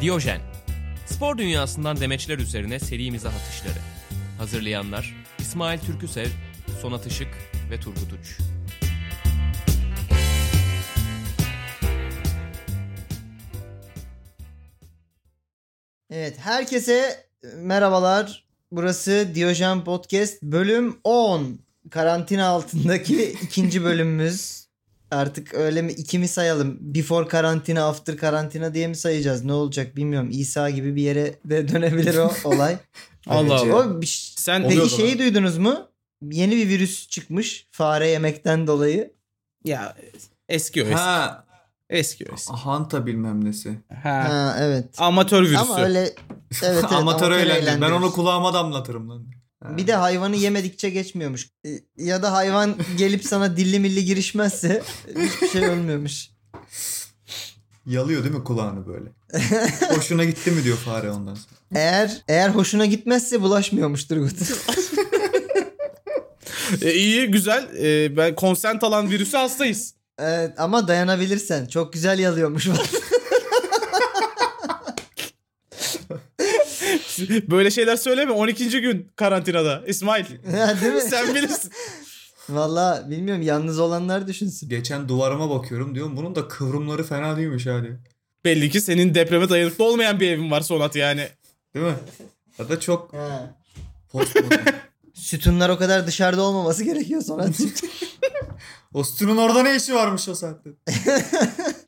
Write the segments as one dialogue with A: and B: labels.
A: Diyojen. Spor dünyasından demeçler üzerine serimize atışları. Hazırlayanlar İsmail Türküsev, Sonat Işık ve Turgut Uç.
B: Evet herkese e, merhabalar. Burası Diyojen Podcast bölüm 10. Karantina altındaki ikinci bölümümüz. Artık öyle mi iki mi sayalım? Before karantina, after karantina diye mi sayacağız? Ne olacak bilmiyorum. İsa gibi bir yere de dönebilir o olay.
C: Allah
B: Ayrıca-
C: Allah.
B: O bir-
C: Sen
B: Peki
C: peki
B: şeyi duydunuz mu? Yeni bir virüs çıkmış fare yemekten dolayı.
C: ya eski o eski.
D: Ha,
C: Eski o eski.
D: Hanta bilmem nesi.
C: Ha.
B: Ha, evet.
C: Amatör virüsü.
B: Ama öyle evet, evet
D: amatör eğlence. Ben onu
B: eğlendiriyoruz.
D: kulağıma damlatırım lan. Ha.
B: Bir de hayvanı yemedikçe geçmiyormuş. E, Ya da hayvan gelip sana dilli milli girişmezse hiçbir şey olmuyormuş.
D: yalıyor değil mi kulağını böyle? Hoşuna gitti mi diyor fare ondan sonra.
B: Eğer eğer hoşuna gitmezse bulaşmıyormuş Turgut.
C: iyi güzel. E, ben konsent alan virüsü hastayız.
B: evet, ama dayanabilirsen çok güzel yalıyormuş.
C: Böyle şeyler söyleme. 12. gün karantinada. İsmail.
B: Ha, Değil mi?
C: Sen bilirsin.
B: Valla bilmiyorum yalnız olanlar düşünsün.
D: Geçen duvarıma bakıyorum diyorum bunun da kıvrımları fena değilmiş hali.
C: Belli ki senin depreme dayanıklı olmayan bir evin var Sonat yani.
D: Değil mi? Ya da çok
B: Ha.
D: postmodern.
B: Sütunlar o kadar dışarıda olmaması gerekiyor sonra.
D: o sütunun orada ne işi varmış o saatte?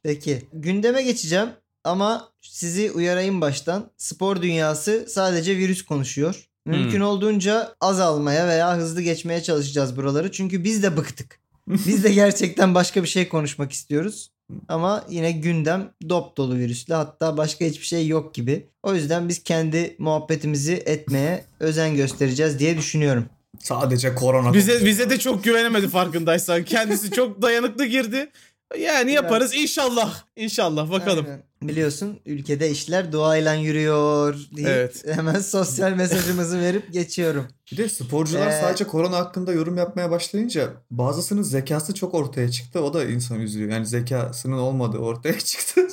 B: Peki gündeme geçeceğim ama sizi uyarayım baştan. Spor dünyası sadece virüs konuşuyor. Mümkün olduğunca azalmaya veya hızlı geçmeye çalışacağız buraları. Çünkü biz de bıktık. Biz de gerçekten başka bir şey konuşmak istiyoruz. Ama yine gündem dop dolu virüsle hatta başka hiçbir şey yok gibi. O yüzden biz kendi muhabbetimizi etmeye özen göstereceğiz diye düşünüyorum.
D: Sadece korona.
C: Bize bize de çok güvenemedi farkındaysan. Kendisi çok dayanıklı girdi. Yani yaparız inşallah. İnşallah bakalım.
B: Aynen. Biliyorsun ülkede işler duayla yürüyor diye
C: Evet.
B: hemen sosyal mesajımızı verip geçiyorum.
D: Bir de sporcular
B: Ee,
D: sadece korona hakkında yorum yapmaya başlayınca bazısının zekası çok ortaya çıktı. O da insan üzülüyor. Yani zekasının olmadığı ortaya çıktı.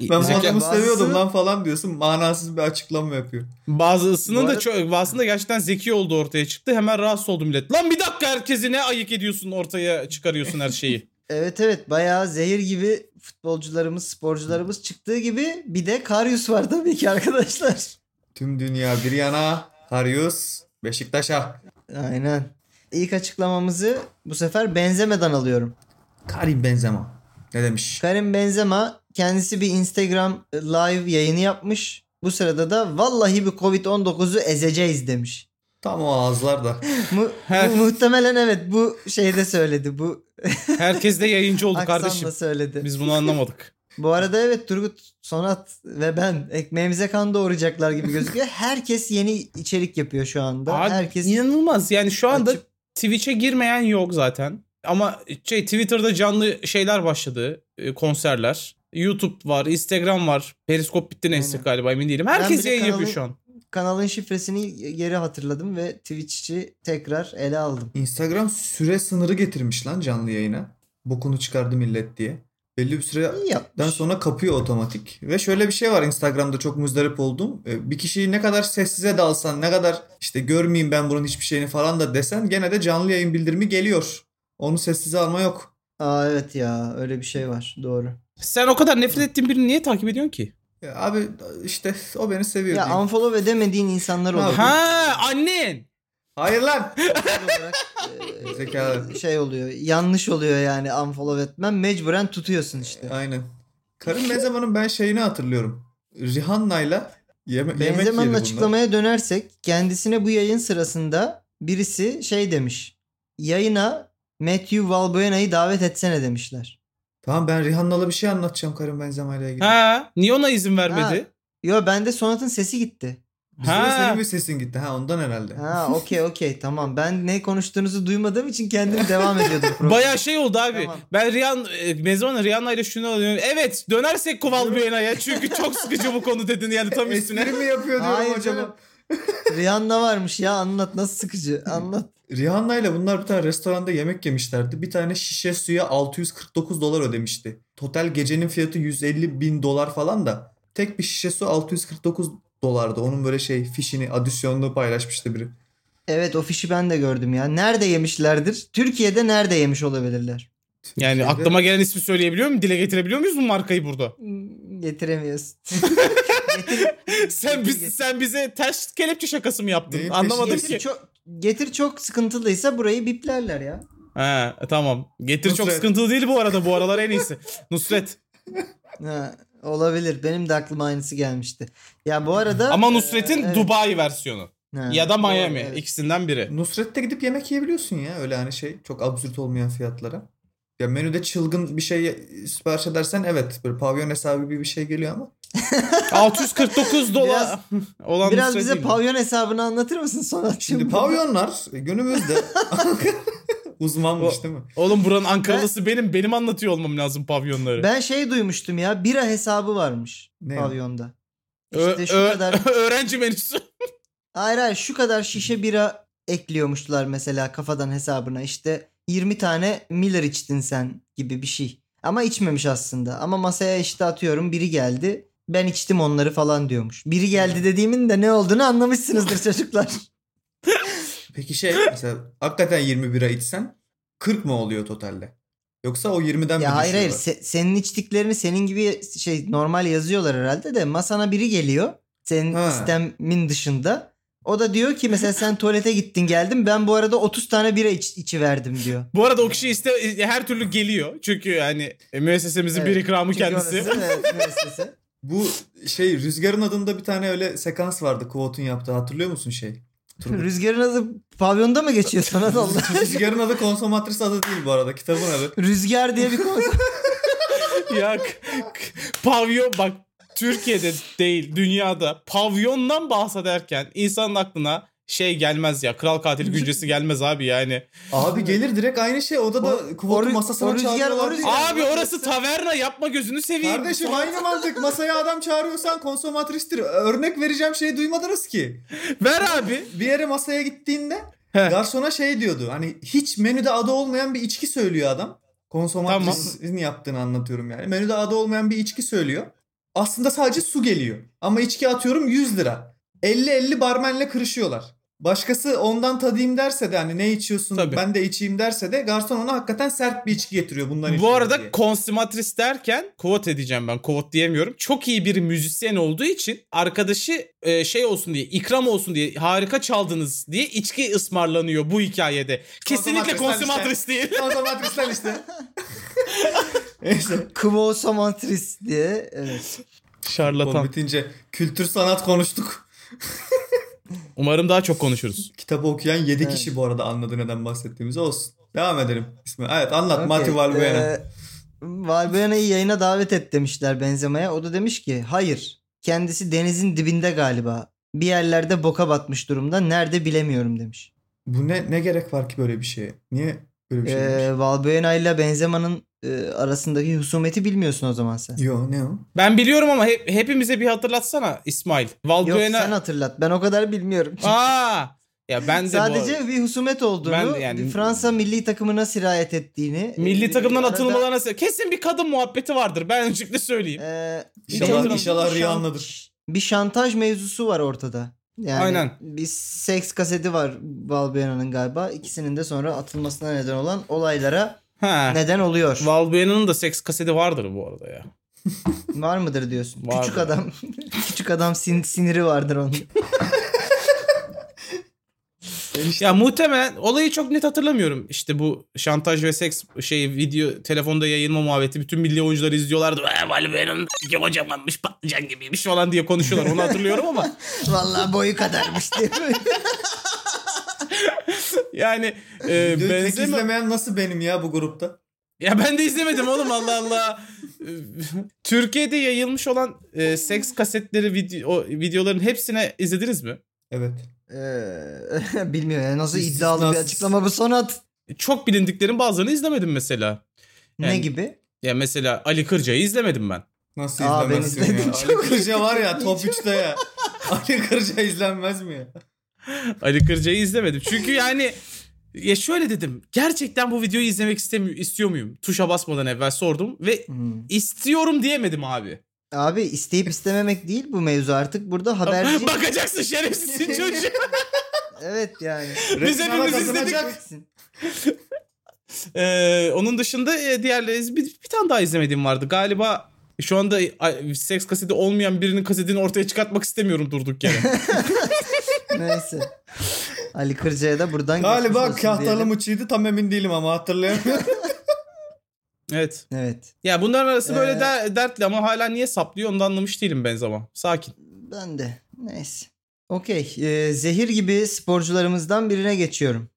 D: ben bu
C: Zeka-
D: adamı
B: bazısı-
D: seviyordum lan falan diyorsun. Manasız bir açıklama yapıyor.
C: Bazısının
B: Bu
C: da
B: arada-
C: çok, bazısının da gerçekten zeki olduğu ortaya çıktı. Hemen rahatsız oldu millet. Lan bir dakika herkesi ne ayık ediyorsun ortaya çıkarıyorsun her şeyi.
B: Evet evet bayağı zehir gibi futbolcularımız, sporcularımız çıktığı gibi bir de Karyus var tabii ki arkadaşlar.
D: Tüm dünya bir yana. Karius Beşiktaş'a.
B: Aynen. İlk açıklamamızı bu sefer Benzema'dan alıyorum.
D: Karim Benzema. Ne demiş?
B: Karim Benzema kendisi bir Instagram live yayını yapmış. Bu sırada da vallahi bir Covid-19'u ezeceğiz demiş.
D: Tam o ağızlar da.
B: Mu-
C: Heh.
B: bu muhtemelen evet bu şeyde söyledi. Bu
C: Herkes de yayıncı oldu
B: aksanla
C: kardeşim.
B: söyledi.
C: Biz bunu anlamadık.
B: Bu arada evet Turgut, Sonat ve ben ekmeğimize kan doğuracaklar gibi gözüküyor. Herkes yeni içerik yapıyor şu anda.
C: Abi,
B: Herkes
C: inanılmaz. Yani şu anda
B: Açıp-
C: Twitch'e girmeyen yok zaten. Ama şey Twitter'da canlı şeyler başladı. e, Konserler. YouTube var, Instagram var. Periskop bitti neyse
B: Aynen.
C: galiba emin değilim. Herkes
B: bile
C: yayın yapıyor
B: kanalı-
C: şu an.
B: kanalın şifresini geri hatırladım ve Twitch'i tekrar ele aldım.
D: Instagram süre sınırı getirmiş lan canlı yayına. Bokunu çıkardı millet diye. Belli bir süre
B: İyi yapmış.
D: Den sonra kapıyor otomatik. Ve şöyle bir şey var Instagram'da çok muzdarip oldum. Ee, Bir kişiyi ne kadar sessize dalsan, ne kadar işte görmeyeyim ben bunun hiçbir şeyini falan da desen gene de canlı yayın bildirimi geliyor. Onu sessize alma yok.
B: Aa evet ya öyle bir şey var. Doğru.
C: Sen o kadar nefret ettiğin birini niye takip ediyorsun ki?
D: Ya E, abi işte o beni seviyor.
B: Ya
D: diyeyim.
B: unfollow edemediğin insanlar
D: Ha,
B: oluyor.
C: Ha annen.
D: Hayır lan.
B: Doğal olarak, e,
D: Zeka.
B: şey oluyor. Yanlış oluyor yani unfollow etmen. Mecburen tutuyorsun işte.
D: Aynen. Karim Benzema'nın ben şeyini hatırlıyorum. Rihanna'yla yeme- yemek yedi
B: Benzema'nın
D: bunlar.
B: açıklamaya dönersek kendisine bu yayın sırasında birisi şey demiş. Yayına Matthew Valbuena'yı davet etsene demişler.
D: Tamam ben Rihanna'la bir şey anlatacağım Karim Benzema'yla ilgili.
C: Ha niye ona izin vermedi?
B: Yo bende Sonat'ın sesi gitti.
D: Bizde de
C: Ha.
D: senin bir sesin gitti ha ondan herhalde.
B: Ha okey okey tamam. Ben ne konuştuğunuzu duymadığım için kendim devam ediyordum. programa.
C: Baya şey oldu abi.
B: Tamam.
C: Ben Rihanna, e, Mezona Rihanna ile şunu alıyorum. Evet dönersek Kovalbuena'ya çünkü çok sıkıcı bu konu dedin yani tam üstüne.
D: Espri mi yapıyor diyorum
B: Hayır
D: acaba.
B: canım. Rihanna varmış ya anlat nasıl sıkıcı anlat.
D: Rihanna ile bunlar bir tane restoranda yemek yemişlerdi. Bir tane şişe suya 649 dolar ödemişti. Total gecenin fiyatı 150 bin dolar falan da. Tek bir şişe su 649 dolardı. Onun böyle şey fişini, adisyonunu paylaşmıştı biri.
B: Evet o fişi ben de gördüm ya. Nerede yemişlerdir? Türkiye'de nerede yemiş olabilirler?
C: Yani
D: Türkiye'de-
C: aklıma gelen ismi söyleyebiliyor muyum? Dile getirebiliyor muyuz bu markayı burada?
B: Hmm, Getiremiyorsun.
C: sen
B: getir.
C: biz, sen bize ters kelepçe şakası mı yaptın?
D: Neyin
C: Anlamadım
D: peşindesin?
C: ki.
B: getir, çok, getir çok sıkıntılıysa burayı biplerler ya.
C: He, tamam. Getir çok
D: Nusret.
C: sıkıntılı değil bu arada. Bu aralar en iyisi. Nusret.
B: Ha, olabilir. Benim de aklıma aynısı gelmişti. Ya bu arada...
C: Ama Nusret'in
B: Ee, evet.
C: Dubai versiyonu.
B: Ha,
C: ya da
B: doğru,
C: Miami.
B: evet.
C: İkisinden biri.
D: Nusret'te gidip yemek yiyebiliyorsun ya öyle hani şey çok absürt olmayan fiyatlara. Ya menüde çılgın bir şey sipariş edersen evet böyle pavyon hesabı gibi bir şey geliyor ama
C: 649 dolar olan
B: Biraz
C: Nusret
B: bize
C: değil mi?
B: pavyon hesabını anlatır mısın Sonatçığım?
D: şimdi pavyonlar e, günümüzde uzmanmış değil mi?
C: Oğlum buranın Ankaralısı benim. Benim anlatıyor olmam lazım pavyonları.
B: Ben şey duymuştum ya bira hesabı varmış
D: Ne?
B: pavyonda.
C: Ö-
B: İşte şu
C: ö-
B: kadar
C: öğrenci menüsü.
B: hayır hayır şu kadar şişe bira ekliyormuşlar mesela kafadan hesabına işte 20 tane Miller içtin sen gibi bir şey. Ama içmemiş aslında ama masaya işte atıyorum biri geldi ben içtim onları falan diyormuş. Biri geldi dediğimin de ne olduğunu anlamışsınızdır çocuklar.
D: Peki şey mesela hakikaten 20 bira içsen 40 mı oluyor totalde? Yoksa o 20'den mi
B: ya hayır hayır se-
D: düşüyorlar?
B: senin içtiklerini senin gibi şey normal yazıyorlar herhalde de masana biri geliyor senin
D: Ha.
B: sistemin dışında. O da diyor ki mesela sen tuvalete gittin geldin ben bu arada 30 tane bira iç, içi verdim diyor.
C: Bu arada o kişi iste her türlü geliyor. Çünkü hani e, müessesemizin
B: Evet.
C: bir ikramı
B: Çünkü
C: kendisi.
B: orası, evet, müessese.
D: Bu şey Rüzgar'ın adında bir tane öyle sekans vardı Kovot'un yaptığı hatırlıyor musun şey? Turgut.
B: Rüzgarın adı pavyonda mı geçiyor sana da Allah?
D: Rüzgar'ın adı konsomatris adı değil bu arada kitabın adı.
B: Rüzgar diye bir konsept.
C: ya k- k- pavyon bak Türkiye'de değil dünyada pavyondan bahsederken insanın aklına şey gelmez ya kral katil güncesi gelmez abi yani.
D: Abi gelir direkt aynı şey odada
B: O- o
D: Kovot'un
B: rü- o
D: masasına
B: Rüzgar- o
D: çağırıyorlar.
B: Rüzgar-
C: Abi orası taverna yapma gözünü seveyim.
D: Kardeşim aynı mantık. Masaya adam çağırıyorsan konsomatristir. Örnek vereceğim şeyi duymadınız ki.
C: Ver abi.
D: Bir yere masaya gittiğinde
C: He.
D: garsona şey diyordu. Hani hiç menüde adı olmayan bir içki söylüyor adam. Konsomatrisin yaptığını anlatıyorum yani. Menüde adı olmayan bir içki söylüyor. Aslında sadece su geliyor. Ama içki atıyorum 100 lira. 50-50 barmenle kırışıyorlar. Başkası ondan tadayım derse de hani ne içiyorsun
C: Tabii.
D: ben de içeyim derse de garson ona hakikaten sert bir içki getiriyor bundan
C: Bu
D: içiyorum diye.
C: arada konsumatris derken kovot edeceğim ben kovot diyemiyorum. Çok iyi bir müzisyen olduğu için arkadaşı e, şey olsun diye ikram olsun diye harika çaldınız diye içki ısmarlanıyor bu hikayede. Kesinlikle
D: Konsumatrisler
C: konsumatris değil.
D: Konsomatrisler işte. Neyse.
B: Kvosomatris diye. Evet.
D: Konu
C: Şarlatan.
D: bitince kültür sanat konuştuk.
C: Umarım daha çok konuşuruz.
D: Kitabı okuyan 7
B: Evet.
D: kişi bu arada anladı neden bahsettiğimizi olsun. Devam edelim. İsmi. Evet anlat
B: Okey,
D: Mati Valbuena.
B: ee, Valbuena'yı yayına davet et demişler benzemeye. O da demiş ki hayır kendisi denizin dibinde galiba. Bir yerlerde boka batmış durumda. Nerede bilemiyorum demiş.
D: Bu ne ne gerek var ki böyle bir şeye? Niye böyle bir şey?
B: Ee,
D: demiş?
B: Valbuena ile Benzema'nın e, arasındaki husumeti bilmiyorsun o zaman sen.
D: Yo ne o?
C: Ben biliyorum ama hep, hepimize bir hatırlatsana İsmail.
B: Yok sen
C: Valbuena.
B: hatırlat. Ben o kadar bilmiyorum.
C: Aa! Ya ben de bu
B: Sadece bir husumet olduğunu,
C: Ben de yani-
B: Fransa milli takımına sirayet ettiğini.
C: milli
B: e,
C: takımdan
B: arada-
C: atılmalarına se- kesin bir kadın muhabbeti vardır. Ben öncelikle söyleyeyim.
B: Ee,
D: İnşallah-
B: bir-
D: inşallah
B: bir
D: Riya
B: şan-
D: anladır.
B: Bir şantaj mevzusu var ortada. Yani
C: Aynen.
B: Bir seks kaseti var Valbuena'nın galiba. İkisinin de sonra atılmasına neden olan olaylara
C: Ha.
B: neden oluyor.
C: Valbuena'nın da seks kaseti vardır bu arada ya.
B: var mıdır diyorsun.
C: Vardır.
B: Küçük adam küçük adam sin- siniri vardır onun.
D: Enişte-
C: Ya muhtemelen olayı çok net hatırlamıyorum. İşte bu şantaj ve seks şey video telefonda yayılma muhabbeti bütün milli oyuncuları izliyorlardı. "Ee, Valbuena'nın da kocamanmış patlıcan gibiymiş falan diye konuşuyorlar. Onu hatırlıyorum ama
B: Vallahi boyu kadarmış diye.
C: yani e,
D: Videoyu tek
C: benzeme...
D: izlemeyen nasıl benim ya bu grupta?
C: Ya ben de izlemedim oğlum Allah Allah. Türkiye'de yayılmış olan e, seks kasetleri video, o videoların hepsine izlediniz mi?
D: Evet.
B: Ee, bilmiyorum yani nasıl
D: İstisnasız.
B: iddialı bir açıklama bu sonat.
C: Çok bilindiklerin bazılarını izlemedim mesela.
B: ne
C: Yani-
B: gibi?
C: Ya mesela Ali Kırca'yı izlemedim ben.
D: Nasıl
B: Aa, ben
D: izlemezsin
B: izledim,
D: ya?
B: çok
D: Ali Kırca var ya top
B: izledim.
D: 3'te ya. Ali Kırca izlenmez mi ya?
C: Ali Kırca'yı izlemedim. Çünkü yani ya şöyle dedim. Gerçekten bu videoyu izlemek istemiyor, istiyor muyum? Tuşa basmadan evvel sordum ve
B: Hmm.
C: istiyorum diyemedim abi.
B: Abi isteyip istememek değil bu mevzu artık. Burada haberci...
C: Bakacaksın şerefsizsin çocuğu.
B: evet yani.
C: Biz
D: Resmen
C: hepimiz
D: kazanacak.
C: izledik.
B: Bakacaksın.
C: Ee, onun dışında e, diğerleri bir, bir tane daha izlemediğim vardı. Galiba şu anda ay, seks kaseti olmayan birinin kasetini ortaya çıkartmak istemiyorum durduk yere.
B: Neyse. Ali Kırca'ya da buradan geçmiş
D: Galiba
B: olsun diyelim.
D: kahtalı mıçıydı tam emin değilim ama hatırlayamıyorum.
C: evet.
B: Evet.
C: Ya bunların arası böyle
B: Ee,
C: der- dertli ama hala niye saplıyor onu da anlamış değilim ben zaman. Sakin.
B: Ben de. Neyse. Okey. Ee, zehir gibi sporcularımızdan birine geçiyorum.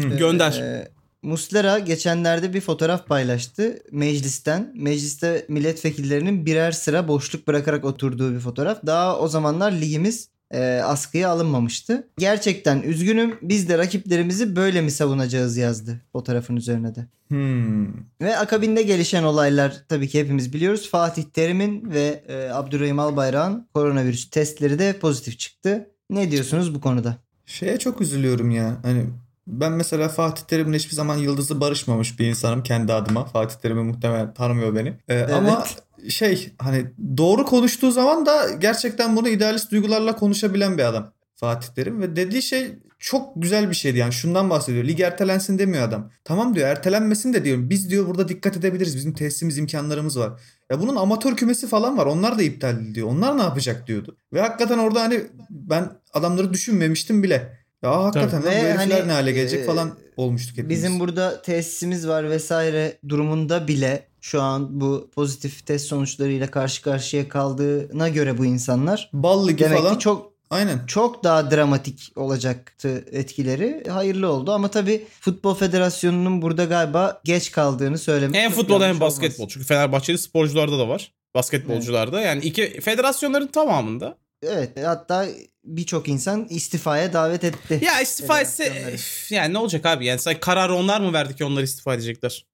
D: Hı,
B: Ee,
C: gönder.
B: e, Muslera geçenlerde bir fotoğraf paylaştı meclisten. Mecliste milletvekillerinin birer sıra boşluk bırakarak oturduğu bir fotoğraf. Daha o zamanlar ligimiz e, askıya alınmamıştı. Gerçekten üzgünüm biz de rakiplerimizi böyle mi savunacağız yazdı fotoğrafın üzerine de.
D: Hmm.
B: Ve akabinde gelişen olaylar tabii ki hepimiz biliyoruz. Fatih Terim'in ve e, Abdurrahim Albayrak'ın koronavirüs testleri de pozitif çıktı. Ne diyorsunuz bu konuda?
D: Şeye çok üzülüyorum ya. Hani ben mesela Fatih Terim'le hiçbir zaman yıldızı barışmamış bir insanım kendi adıma. Fatih Terim'i muhtemelen tanımıyor beni. Ee, Ama şey hani doğru konuştuğu zaman da gerçekten bunu idealist duygularla konuşabilen bir adam Fatih Terim. Ve dediği şey çok güzel bir şeydi yani şundan bahsediyor. Lig ertelensin demiyor adam. Tamam diyor ertelenmesin de diyorum. Biz diyor burada dikkat edebiliriz. Bizim tesisimiz imkanlarımız var. Ya bunun amatör kümesi falan var. Onlar da iptal ediliyor. Onlar ne yapacak diyordu. Ve hakikaten orada hani ben adamları düşünmemiştim bile. Ya hakikaten lan bu
B: Ve
D: herifler
B: hani,
D: ne hale gelecek
B: e,
D: falan olmuştuk hepimiz.
B: Bizim burada tesisimiz var vesaire durumunda bile şu an bu pozitif test sonuçlarıyla karşı karşıya kaldığına göre bu insanlar
D: Bal ligi
B: demek
D: falan.
B: ki çok
D: Aynen.
B: çok daha dramatik olacaktı etkileri. Hayırlı oldu ama tabii Futbol Federasyonu'nun burada galiba geç kaldığını söylemek.
C: Hem
B: e, çok
C: futbolda hem
B: yanlış olmaz.
C: basketbol. Çünkü Fenerbahçeli sporcularda da var. Basketbolcularda. Yani iki federasyonların tamamında.
B: Evet hatta birçok insan istifaya davet etti.
C: Ya istifa etse
B: Federasyonları.
C: üf, yani ne olacak abi? Yani sen kararı onlar mı verdi ki onlar istifa edecekler?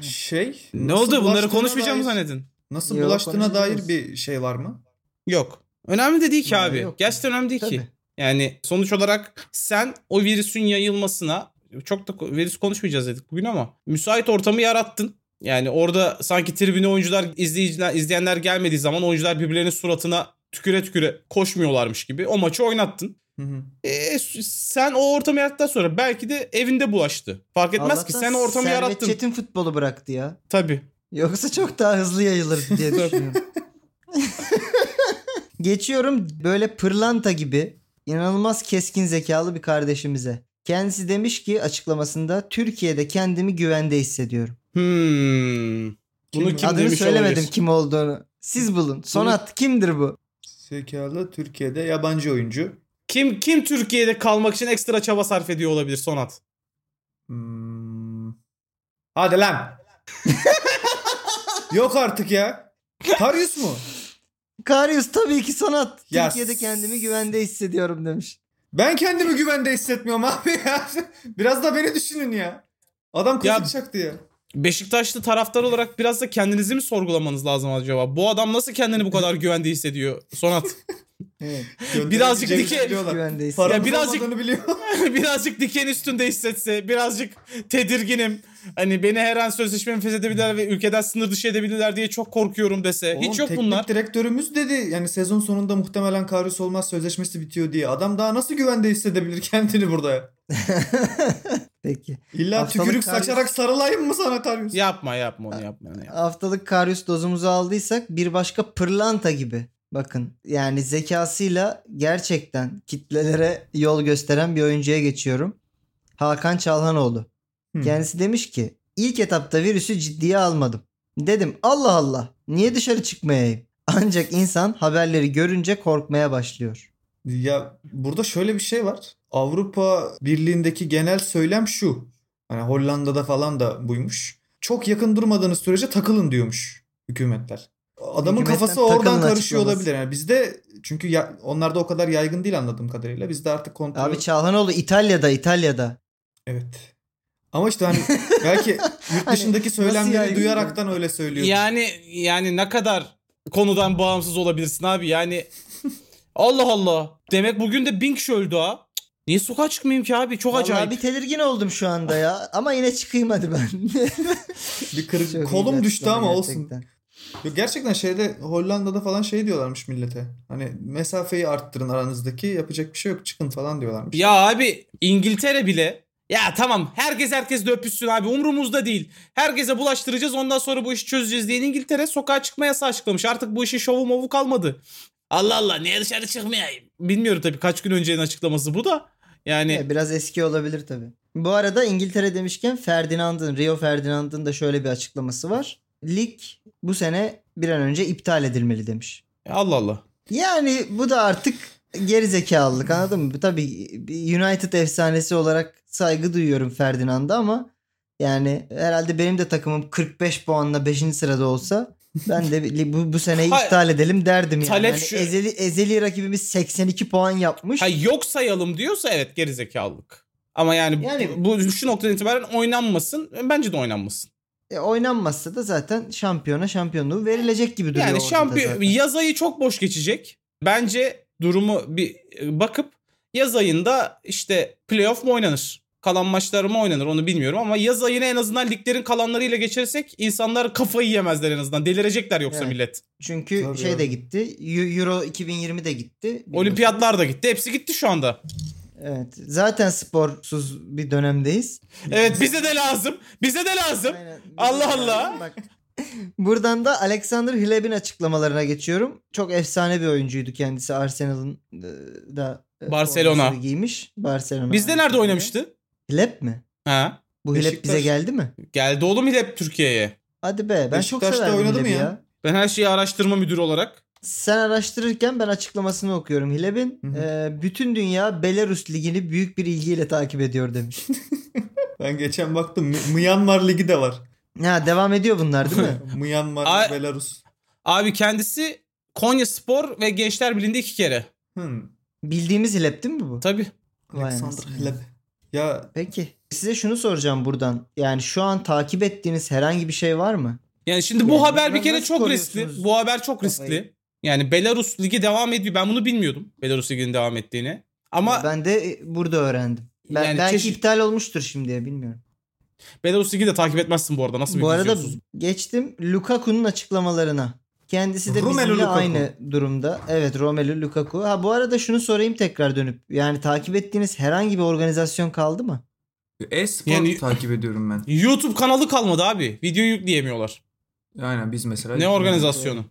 D: Şey.
C: Ne
D: nasıl
C: oldu? Bunları
D: bulaştığına
C: konuşmayacağımı
D: dair-
C: zannedin.
D: Nasıl
B: Yok,
D: bulaştığına dair
B: konuşmayacağız.
D: bir şey var mı?
C: Yok. Önemli de değil ki
B: Yani
C: abi.
B: yok.
C: Gerçekten önemli değil ki.
B: Tabii.
C: Yani sonuç olarak sen o virüsün yayılmasına çok da ko- virüs konuşmayacağız dedik bugün ama müsait ortamı yarattın. Yani orada sanki tribüne oyuncular izleyiciler izleyenler gelmediği zaman oyuncular birbirlerinin suratına tüküre tüküre koşmuyorlarmış gibi o maçı oynattın.
D: Hı hı.
C: E, s- sen o ortamı yarattıktan sonra belki de evinde bulaştı. Fark etmez ki
B: Allah'tan
C: sen o ortamı
B: Servet
C: yarattın.
B: Çetin futbolu bıraktı ya.
C: Tabii.
B: Yoksa çok daha hızlı yayılır diye düşünüyorum. Geçiyorum böyle pırlanta gibi inanılmaz keskin zekalı bir kardeşimize. Kendisi demiş ki açıklamasında Türkiye'de kendimi güvende hissediyorum.
C: Hmm. Bunu
D: Kim-
C: kim
B: Adını
C: demiş
B: söylemedim
C: olabilir?
B: kim olduğunu. Siz bulun. Sonat kimdir bu?
D: Zekalı Türkiye'de yabancı oyuncu.
C: Kim kim Türkiye'de kalmak için ekstra çaba sarf ediyor olabilir Sonat?
D: Hmm. Hadi lan. Yok artık ya. Karius mu?
B: Karius tabii ki Sonat.
D: Ya
B: Türkiye'de
D: s-
B: kendimi güvende hissediyorum demiş.
D: Ben kendimi güvende hissetmiyorum abi ya. Biraz da beni düşünün ya. Adam
C: Ya-
D: kazık çaktı ya.
C: Beşiktaşlı taraftar olarak biraz da kendinizi mi sorgulamanız lazım acaba? Bu adam nasıl kendini bu kadar güvende hissediyor Sonat?
B: Evet.
C: Birazcık
D: Gönderecek
C: dike-
D: biliyorlar.
B: Güvende hissediyorum.
D: Paramız
C: Ya birazcık-
D: olmadığını biliyor.
C: birazcık diken üstünde hissetse, birazcık tedirginim. Hani beni her an sözleşmemi feshedebilirler ve ülkeden sınır dışı edebilirler diye çok korkuyorum dese.
D: Oğlum,
C: Hiç yok
D: teknik
C: bunlar.
D: direktörümüz dedi yani sezon sonunda muhtemelen Karius olmaz sözleşmesi bitiyor diye. Adam daha nasıl güvende hissedebilir kendini burada?
B: Peki.
D: İlla
B: Haftalık
D: tükürük
B: Karius-
D: saçarak sarılayım mı sana Karius?
C: Yapma yapma onu yapma. Onu yapma.
B: Haftalık Karius dozumuzu aldıysak bir başka pırlanta gibi. Bakın yani zekasıyla gerçekten kitlelere yol gösteren bir oyuncuya geçiyorum. Hakan Çalhanoğlu.
D: Hmm.
B: Kendisi demiş ki ilk etapta virüsü ciddiye almadım. Dedim Allah Allah niye dışarı çıkmayayım? Ancak insan haberleri görünce korkmaya başlıyor.
D: Ya burada şöyle bir şey var. Avrupa Birliği'ndeki genel söylem şu. Hani Hollanda'da falan da buymuş. Çok yakın durmadığınız sürece takılın diyormuş hükümetler. Adamın
B: Hükümetten
D: kafası oradan
B: takılın
D: karışıyor
B: açıklaması.
D: olabilir. Yani bizde çünkü ya, onlarda o kadar yaygın değil anladığım kadarıyla. Bizde artık kontrol.
B: Abi Çalhanoğlu İtalya'da İtalya'da.
D: Evet. Ama işte hani belki yurt
B: Hani
D: dışındaki
B: nasıl
D: söylemleri
B: yaygın
D: duyaraktan öyle söylüyor.
C: Yani yani ne kadar konudan bağımsız olabilirsin abi yani. Allah Allah. Demek bugün de bin kişi öldü ha. Cık, Niye sokağa çıkmayayım ki abi? Çok acayip.
B: Vallahi bir tedirgin oldum şu anda ya ama yine çıkayım hadi ben.
D: bir
B: Çok iyi
D: kırık kolum düştü
B: gerçekten,
D: ama olsun.
B: gerçekten.
D: Yok, gerçekten şeyde Hollanda'da falan şey diyorlarmış millete. Hani mesafeyi arttırın aranızdaki yapacak bir şey yok çıkın falan diyorlarmış.
C: Ya abi İngiltere bile ya tamam herkes herkesle öpüşsün abi umrumuzda değil. Herkese bulaştıracağız ondan sonra bu işi çözeceğiz diye İngiltere sokağa çıkma yasağı açıklamış. Artık bu işin şovu movu kalmadı. Allah Allah niye dışarı çıkmayayım? Bilmiyorum tabii kaç gün öncenin açıklaması bu da. Yani
B: Ya Biraz eski olabilir tabii. Bu arada İngiltere demişken Ferdinand'ın, Rio Ferdinand'ın da şöyle bir açıklaması var. Lig bu sene bir an önce iptal edilmeli demiş.
C: Allah Allah.
B: Yani bu da artık gerizekalılık anladın mı? Tabii bir United efsanesi olarak saygı duyuyorum Ferdinand'a ama yani herhalde benim de takımım 45 puanla 5. sırada olsa ben de bir- bu, bu seneyi
C: Hayır.
B: iptal edelim derdim yani.
C: Talep
B: Hani
C: şu-
B: ezeli, ezeli rakibimiz 82 puan yapmış.
C: Ha yok sayalım diyorsa evet gerizekalılık. Ama yani,
B: Yani-
C: bu şu noktadan itibaren oynanmasın. Bence de oynanmasın.
B: E, oynanmazsa da zaten şampiyona şampiyonluğu verilecek gibi duruyor.
C: Yani
B: ortada
C: şampiyon
B: zaten.
C: yaz ayı çok boş geçecek. Bence durumu bir e, bakıp yaz ayında işte playoff mu oynanır? Kalan maçlar mı oynanır onu bilmiyorum ama yaz ayını en azından liglerin kalanlarıyla geçersek insanlar kafayı yemezler en azından. Delirecekler yoksa
B: Evet.
C: millet.
B: Çünkü
D: Tabii
B: şey
D: abi.
B: de gitti. Eu- Euro 2020 de gitti. Biliyorsun.
C: Olimpiyatlar da gitti. Hepsi gitti şu anda.
B: Evet. Zaten sporsuz bir dönemdeyiz.
C: Evet bize de lazım. Bize de lazım.
B: Aynen.
C: Allah Allah.
B: Bak. Buradan da Alexander Hleb'in açıklamalarına geçiyorum. Çok efsane bir oyuncuydu kendisi. Arsenal'ın e, da e,
C: Barcelona.
B: formasını giymiş. Barcelona.
C: Bizde nerede
B: Aynen.
C: oynamıştı?
B: Hleb mi?
C: Ha?
B: Bu Hleb
D: Beşiktaş.
B: bize geldi mi?
C: Geldi oğlum hep Türkiye'ye.
B: Hadi be. Ben çok
D: Beşiktaş'ta
B: severdim
D: oynadı mı
B: Hleb'i
D: ya?
B: ya.
C: Ben her şeyi araştırma müdürü olarak.
B: Sen araştırırken ben açıklamasını okuyorum. Hileb'in
D: Hı hı.
B: e, bütün dünya Belarus ligini büyük bir ilgiyle takip ediyor demiş.
D: Ben geçen baktım Mi- Myanmar Ligi de var.
B: Ha devam ediyor bunlar değil mi?
D: Myanmar,
C: Ay-
D: Belarus.
C: Abi kendisi Konya Spor ve Gençler Birliği'nde iki kere.
D: Hmm.
B: Bildiğimiz Hileb değil mi bu?
C: Tabii.
B: Vay
D: Alexander
B: anasını.
D: Hleb. Ya
B: Peki. Size şunu soracağım buradan. Yani şu an takip ettiğiniz herhangi bir şey var mı?
C: Yani şimdi bu
B: Yani
C: haber
B: bunları
C: bir kere
B: nasıl
C: çok
B: koruyorsunuz?
C: riskli. Bu haber çok riskli. Yani Belarus Ligi devam ediyor. Ben bunu bilmiyordum. Belarus Ligi'nin devam ettiğini. Ama
B: Ben de e, burada öğrendim. Ben,
C: Yani
B: belki
C: çeşit-
B: iptal olmuştur şimdiye bilmiyorum.
C: Belarus Ligi'ni de takip etmezsin bu arada. Nasıl bir
B: Bu arada
C: izliyorsun?
B: geçtim Lukaku'nun açıklamalarına. Kendisi de
D: Romelu
B: bizimle
D: Lukaku.
B: aynı durumda. Evet Romelu Lukaku. Ha bu arada şunu sorayım tekrar dönüp. Yani takip ettiğiniz herhangi bir organizasyon kaldı mı?
D: e-spor
C: Yani-
D: takip ediyorum ben.
C: YouTube kanalı kalmadı abi. Video yükleyemiyorlar.
D: Aynen biz mesela.
C: Ne organizasyonu?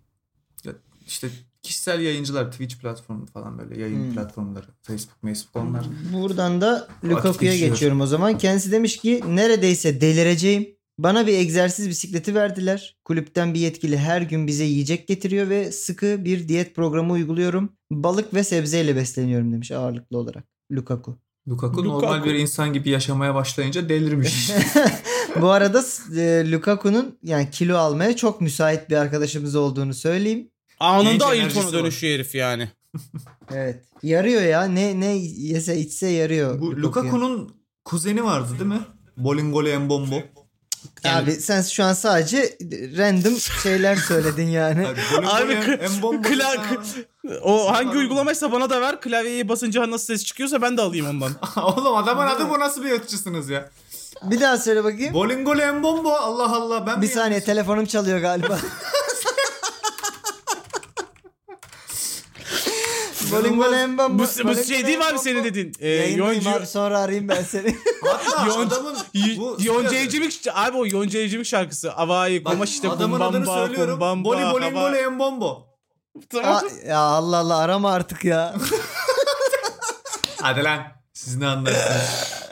D: İşte kişisel yayıncılar Twitch platformu falan böyle yayın
B: Hmm.
D: platformları. Facebook, Facebook onlar.
B: Buradan da
D: Vakit
B: Lukaku'ya
D: geçiyor.
B: geçiyorum o zaman. Kendisi demiş ki neredeyse delireceğim. Bana bir egzersiz bisikleti verdiler. Kulüpten bir yetkili her gün bize yiyecek getiriyor ve sıkı bir diyet programı uyguluyorum. Balık ve sebzeyle besleniyorum demiş ağırlıklı olarak Lukaku.
D: Lukaku,
C: Lukaku.
D: normal bir insan gibi yaşamaya başlayınca delirmiş.
B: Bu arada e, Lukaku'nun yani kilo almaya çok müsait bir arkadaşımız olduğunu söyleyeyim.
D: Genç
C: Anında
D: enerjisi
C: Ailton'a
D: var.
C: dönüşüyor herif yani.
B: Evet. Yarıyor ya. Ne ne yese içse yarıyor.
D: Bu
B: Lukaku'ya.
D: Lukaku'nun kuzeni vardı değil mi? Bolingole Embombo.
C: Yani-
B: Abi sen şu an sadece random şeyler söyledin yani.
D: Abi, Bolingole
C: Abi, kı-
D: Embombo.
C: kla- O hangi
D: Var mı?
C: uygulamaysa bana da ver. Klavyeyi basınca nasıl ses çıkıyorsa ben de alayım ondan.
D: Oğlum adamın adı bu nasıl bir yatışısınız ya?
B: Bir daha söyle bakayım.
D: Bolingole Embombo Allah Allah ben
B: Bir
D: mi-
B: saniye telefonum çalıyor galiba. Bowling ball en bam-
C: Bu, bu
B: bowling
C: şey
B: ball
C: değil
B: en
C: mi abi
B: bam-
C: senin dediğin? Ee,
B: Yayındayım
C: yoncu-
B: abi, sonra arayayım ben seni.
D: Hatta
C: Yon-
D: adamın
C: Y-
D: bu
C: Yonca Evcimik abi o Yonca Evcimik şarkısı. Avai
D: Bak,
C: kumaş işte
D: adamın
C: kumbamba,
D: adını söylüyorum.
C: kumbamba,
D: Boli Bolingole
C: hava-
D: Embombo.
C: Tamam.
B: Aa, ya Allah Allah arama artık ya.
D: Hadi lan. Siz ne anlarsınız?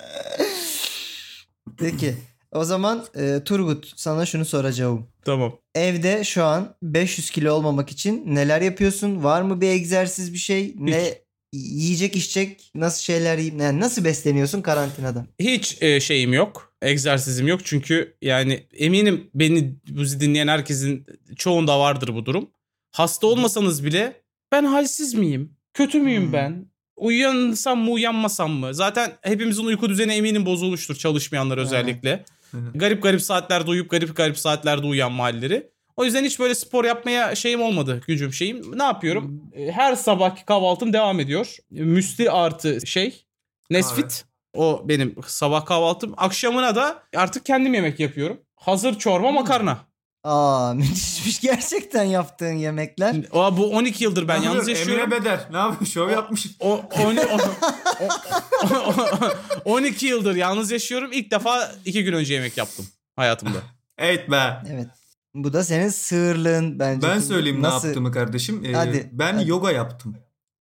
B: Peki. O zaman e, Turgut sana şunu soracağım.
C: Tamam.
B: Evde şu an 500 kilo olmamak için neler yapıyorsun? Var mı bir egzersiz bir şey? Ne yiyecek içecek? Nasıl şeyler yiyip yani nasıl besleniyorsun karantinada?
C: Hiç e, şeyim yok. Egzersizim yok çünkü yani eminim beni bizi dinleyen herkesin çoğunda vardır bu durum. Hasta olmasanız bile ben halsiz miyim? Kötü müyüm
B: Hmm.
C: ben? Uyansam mı uyanmasam mı? Zaten hepimizin uyku düzeni eminim bozulmuştur çalışmayanlar
B: Evet.
C: özellikle.
D: Evet.
C: Garip garip saatlerde uyuyup garip garip saatlerde uyanma halleri. O yüzden hiç böyle spor yapmaya şeyim olmadı gücüm şeyim. Ne yapıyorum? E, Her sabahki kahvaltım devam ediyor. Müsli artı şey Nesfit. O benim sabah kahvaltım. Akşamına da artık kendim yemek yapıyorum. Hazır çorba makarna.
B: Aa müthişmiş gerçekten yaptığın yemekler.
C: O, bu 12 yıldır ben
D: Ne
C: yalnız
D: yapıyor?
C: yaşıyorum.
D: Emre Beder. Ne yapıyor? Şov yapmış.
C: O, on- o- o- 12 yıldır yalnız yaşıyorum. İlk defa 2 gün önce yemek yaptım hayatımda.
D: Evet be.
B: Evet. Bu da senin sığırlığın bence.
D: Ben söyleyeyim
B: Nasıl-
D: ne yaptığımı kardeşim. Ee,
B: Hadi,
D: ben
B: hadi.
D: yoga yaptım.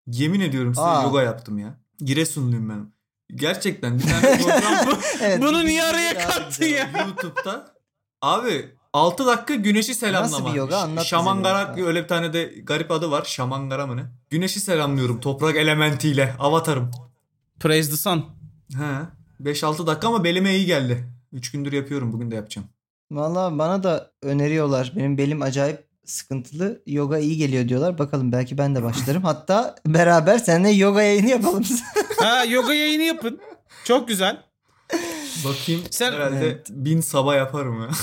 D: Yemin ediyorum size
B: Aa.
D: yoga yaptım ya. Giresunluyum ben. Gerçekten bir tane program bu.
B: Evet,
C: Bunu
B: bu-
C: niye araya
B: Daha
C: kattın
B: güzel
C: ya?
D: YouTube'da. Abi 6 dakika güneşi selamlama.
B: Nasıl bir yoga? Anlat bize
D: Şamangara
B: biraz.
D: öyle bir tane de garip adı var. Şamangara mı ne? Güneşi selamlıyorum toprak elementiyle. Avatarım.
C: Praise the sun.
D: He. 5-6 dakika ama belime iyi geldi. 3 gündür yapıyorum. Bugün de yapacağım.
B: Valla bana da öneriyorlar. Benim belim acayip sıkıntılı. Yoga iyi geliyor diyorlar. Bakalım belki ben de başlarım. Hatta beraber seninle yoga yayını yapalım.
C: Ha yoga yayını yapın. Çok güzel.
D: Bakayım.
C: Sen-
D: herhalde
B: Evet.
D: 1000 sabah yaparım ya.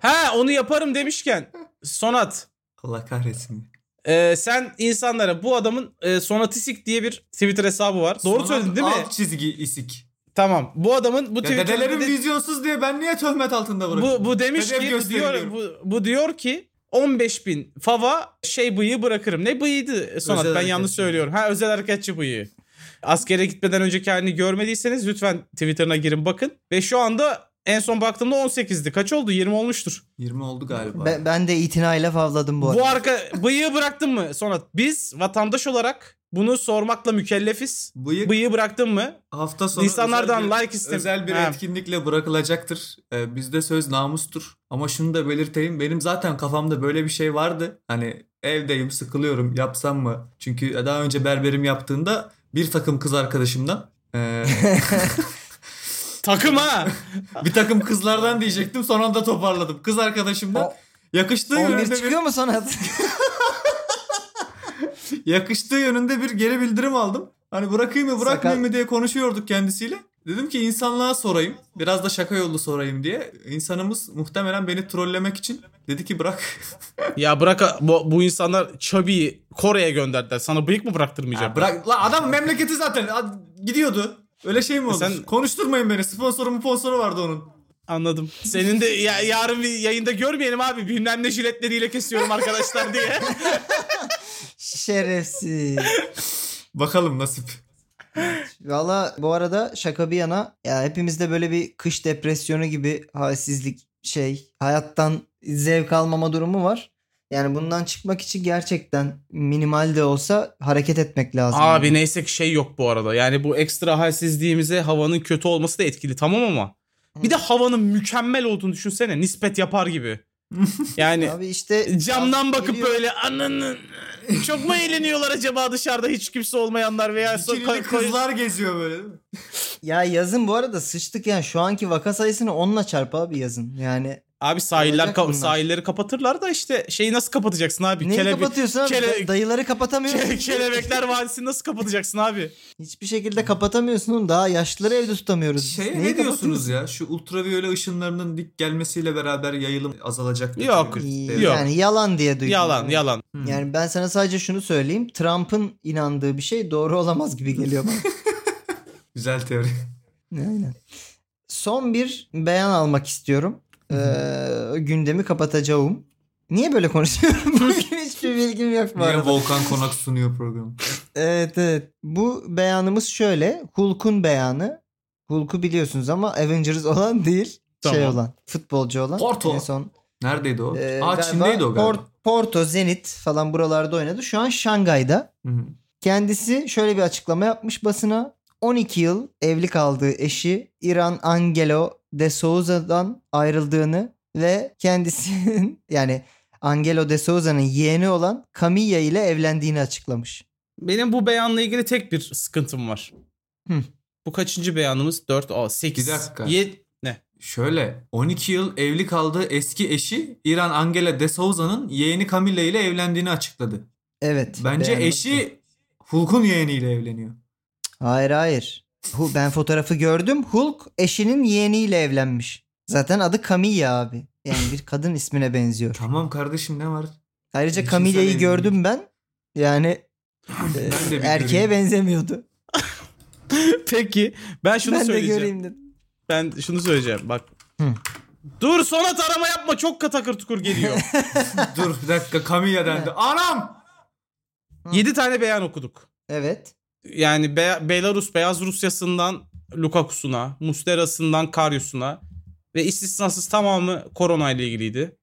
C: Ha onu yaparım demişken Sonat
D: Allah kahretsin.
C: e, sen insanlara bu adamın e, Sonatisik diye bir Twitter hesabı var. Doğru
D: Sonra
C: söyledin değil mi?
D: Alt çizgi isik.
C: Tamam. Bu adamın bu
D: Ya dedelerim
C: Twitter'da
D: vizyonsuz diye ben niye töhmet altında bırakıyorum?
C: bu, bu demiş
D: Hedef
C: ki diyor,
D: gösteriliyorum.
C: bu, bu diyor ki 15 bin fava şey bıyığı bırakırım. Ne bıyığıydı Sonat
D: Özel
C: ben yanlış
D: hareketçi.
C: söylüyorum. Ha özel hareketçi bıyığı. Askere gitmeden önceki halini görmediyseniz lütfen Twitter'ına girin bakın. Ve şu anda en son baktığımda 18'di. Kaç oldu? 20 olmuştur.
D: 20 oldu galiba.
B: ben, ben de itinayla favladım bu
C: Bu,
B: arada.
C: arka bıyığı bıraktın mı Sonat? Biz vatandaş olarak bunu sormakla mükellefiz.
D: Bıyık
C: Bıyığı bıraktın mı?
D: hafta sonu
C: İnsanlardan
D: özel bir,
C: like istem-
D: özel bir
C: Ha.
D: etkinlikle bırakılacaktır. Ee, bizde söz namustur. Ama şunu da belirteyim. Benim zaten kafamda böyle bir şey vardı. Hani evdeyim sıkılıyorum yapsam mı? Çünkü daha önce berberim yaptığında bir takım kız arkadaşımdan e,
C: Takım ha.
D: bir takım kızlardan diyecektim. Son anda toparladım. Kız arkadaşımdan
B: O-
D: yakıştığı
B: 11
D: yönünde bir
B: çıkıyor mu sana?
D: yakıştığı yönünde bir geri bildirim aldım. Hani bırakayım mı bırakmayayım
B: Sakal-
D: mı diye konuşuyorduk kendisiyle. Dedim ki insanlığa sorayım. Biraz da şaka yollu sorayım diye. İnsanımız muhtemelen beni trollemek için dedi ki bırak.
C: ya bırak bu, bu insanlar Chubby'yi Kore'ye gönderdiler. Sana bıyık mı bıraktırmayacak?
D: Ya bırak. La adam memleketi zaten a- gidiyordu. Öyle şey mi olur?
C: E sen-
D: Konuşturmayın beni. Sponsorum sponsoru vardı onun.
C: Anladım. Senin de ya- yarın bir yayında görmeyelim abi. Bilmem ne jiletleriyle kesiyorum arkadaşlar diye.
B: Şerefsiz.
D: Bakalım nasip.
B: Valla bu arada şaka bir yana ya hepimizde böyle bir kış depresyonu gibi halsizlik şey hayattan zevk almama durumu var. Yani bundan çıkmak için gerçekten minimal de olsa hareket etmek lazım.
C: abi neyse ki şey yok bu arada. Yani bu ekstra halsizliğimize havanın kötü olması da etkili tamam ama. Bir de havanın mükemmel olduğunu düşünsene. Nispet yapar gibi. Yani
B: Abi işte
C: camdan bakıp
B: Geliyor.
C: böyle ananın çok mu eğleniyorlar acaba dışarıda hiç kimse olmayanlar veya so-
D: Bikinili
C: koy- koy-
D: kızlar geziyor böyle. değil mi?
B: Ya yazın bu arada sıçtık yani şu anki vaka sayısını onunla çarp abi yazın. Yani
C: Abi sahiller
B: Olacak
C: ka-
B: bunlar.
C: sahilleri kapatırlar da işte şeyi nasıl kapatacaksın abi?
B: neyi
C: Kelebi-
B: kapatıyorsun abi?
C: kele-
B: Dayıları kapatamıyorsun.
C: Ke- Kelebekler Vadisi'ni nasıl kapatacaksın abi?
B: Hiçbir şekilde kapatamıyorsun oğlum. Daha yaşlıları evde tutamıyoruz.
D: Şey
B: Neyi
D: ne diyorsunuz
B: kapatıyorsun?
D: ya? Şu ultraviyole ışınlarının dik gelmesiyle beraber yayılım azalacak. diye
C: Yok,
D: bir-
B: İyi,
C: Yok.
B: Yani yalan diye duydum.
C: Yalan
B: Yani.
C: yalan.
D: Hmm.
B: Yani ben sana sadece şunu söyleyeyim. Trump'ın inandığı bir şey doğru olamaz gibi geliyor bana.
D: Güzel teori.
B: Aynen. Son bir beyan almak istiyorum. Ee, gündemi kapatacağım. Niye böyle konuşuyorum? Bugün hiçbir bilgim yok bu
D: Niye
B: arada.
D: Volkan Konak sunuyor programı?
B: Evet evet. Bu beyanımız şöyle. Hulk'un beyanı. Hulk'u biliyorsunuz ama Avengers olan değil. Şey
C: Tamam.
B: olan. Futbolcu olan.
D: Porto.
B: En son.
D: Neredeydi o?
B: Ee,
D: Aa
B: galiba
D: Çin'deydi o galiba.
B: Por- Porto, Zenit falan buralarda oynadı. Şu an Şangay'da.
D: Hı hı.
B: Kendisi şöyle bir açıklama yapmış basına. 12 yıl evli kaldığı eşi İran Angelo de Souza'dan ayrıldığını ve kendisinin yani Angelo de Souza'nın yeğeni olan Camilla ile evlendiğini açıklamış.
C: Benim bu beyanla ilgili tek bir sıkıntım var.
B: Hı.
C: Bu kaçıncı beyanımız? 4, o 8.
D: Bir dakika.
C: ne?
D: Şöyle 12 yıl evli kaldığı eski eşi İran Angela de Souza'nın yeğeni Camilla ile evlendiğini açıkladı.
B: Evet.
D: Bence
B: beğendim.
D: eşi Hulk'un yeğeniyle evleniyor.
B: Hayır hayır. Hu- Ben fotoğrafı gördüm. Hulk eşinin yeğeniyle evlenmiş. Zaten adı Camilla abi. Yani bir kadın ismine benziyor.
D: Tamam kardeşim ne var?
B: Ayrıca
D: Cinsel
B: Camilla'yı
D: evlilik.
B: gördüm ben. Yani e,
D: şey Ben de bir
B: erkeğe
D: göreyim.
B: benzemiyordu.
C: Peki ben şunu
B: ben de
C: söyleyeceğim.
B: göreyim dedim.
C: Ben şunu söyleyeceğim bak.
B: Hı.
C: Dur Sonat arama yapma çok katakır tukur geliyor.
D: Dur bir dakika Camilla dendi. Anam!
C: 7 tane beyan okuduk.
B: Evet.
C: Yani Be- Belarus Beyaz Rusya'sından Lukaku'suna, Mustera'sından Karyus'una ve istisnasız tamamı korona ile ilgiliydi.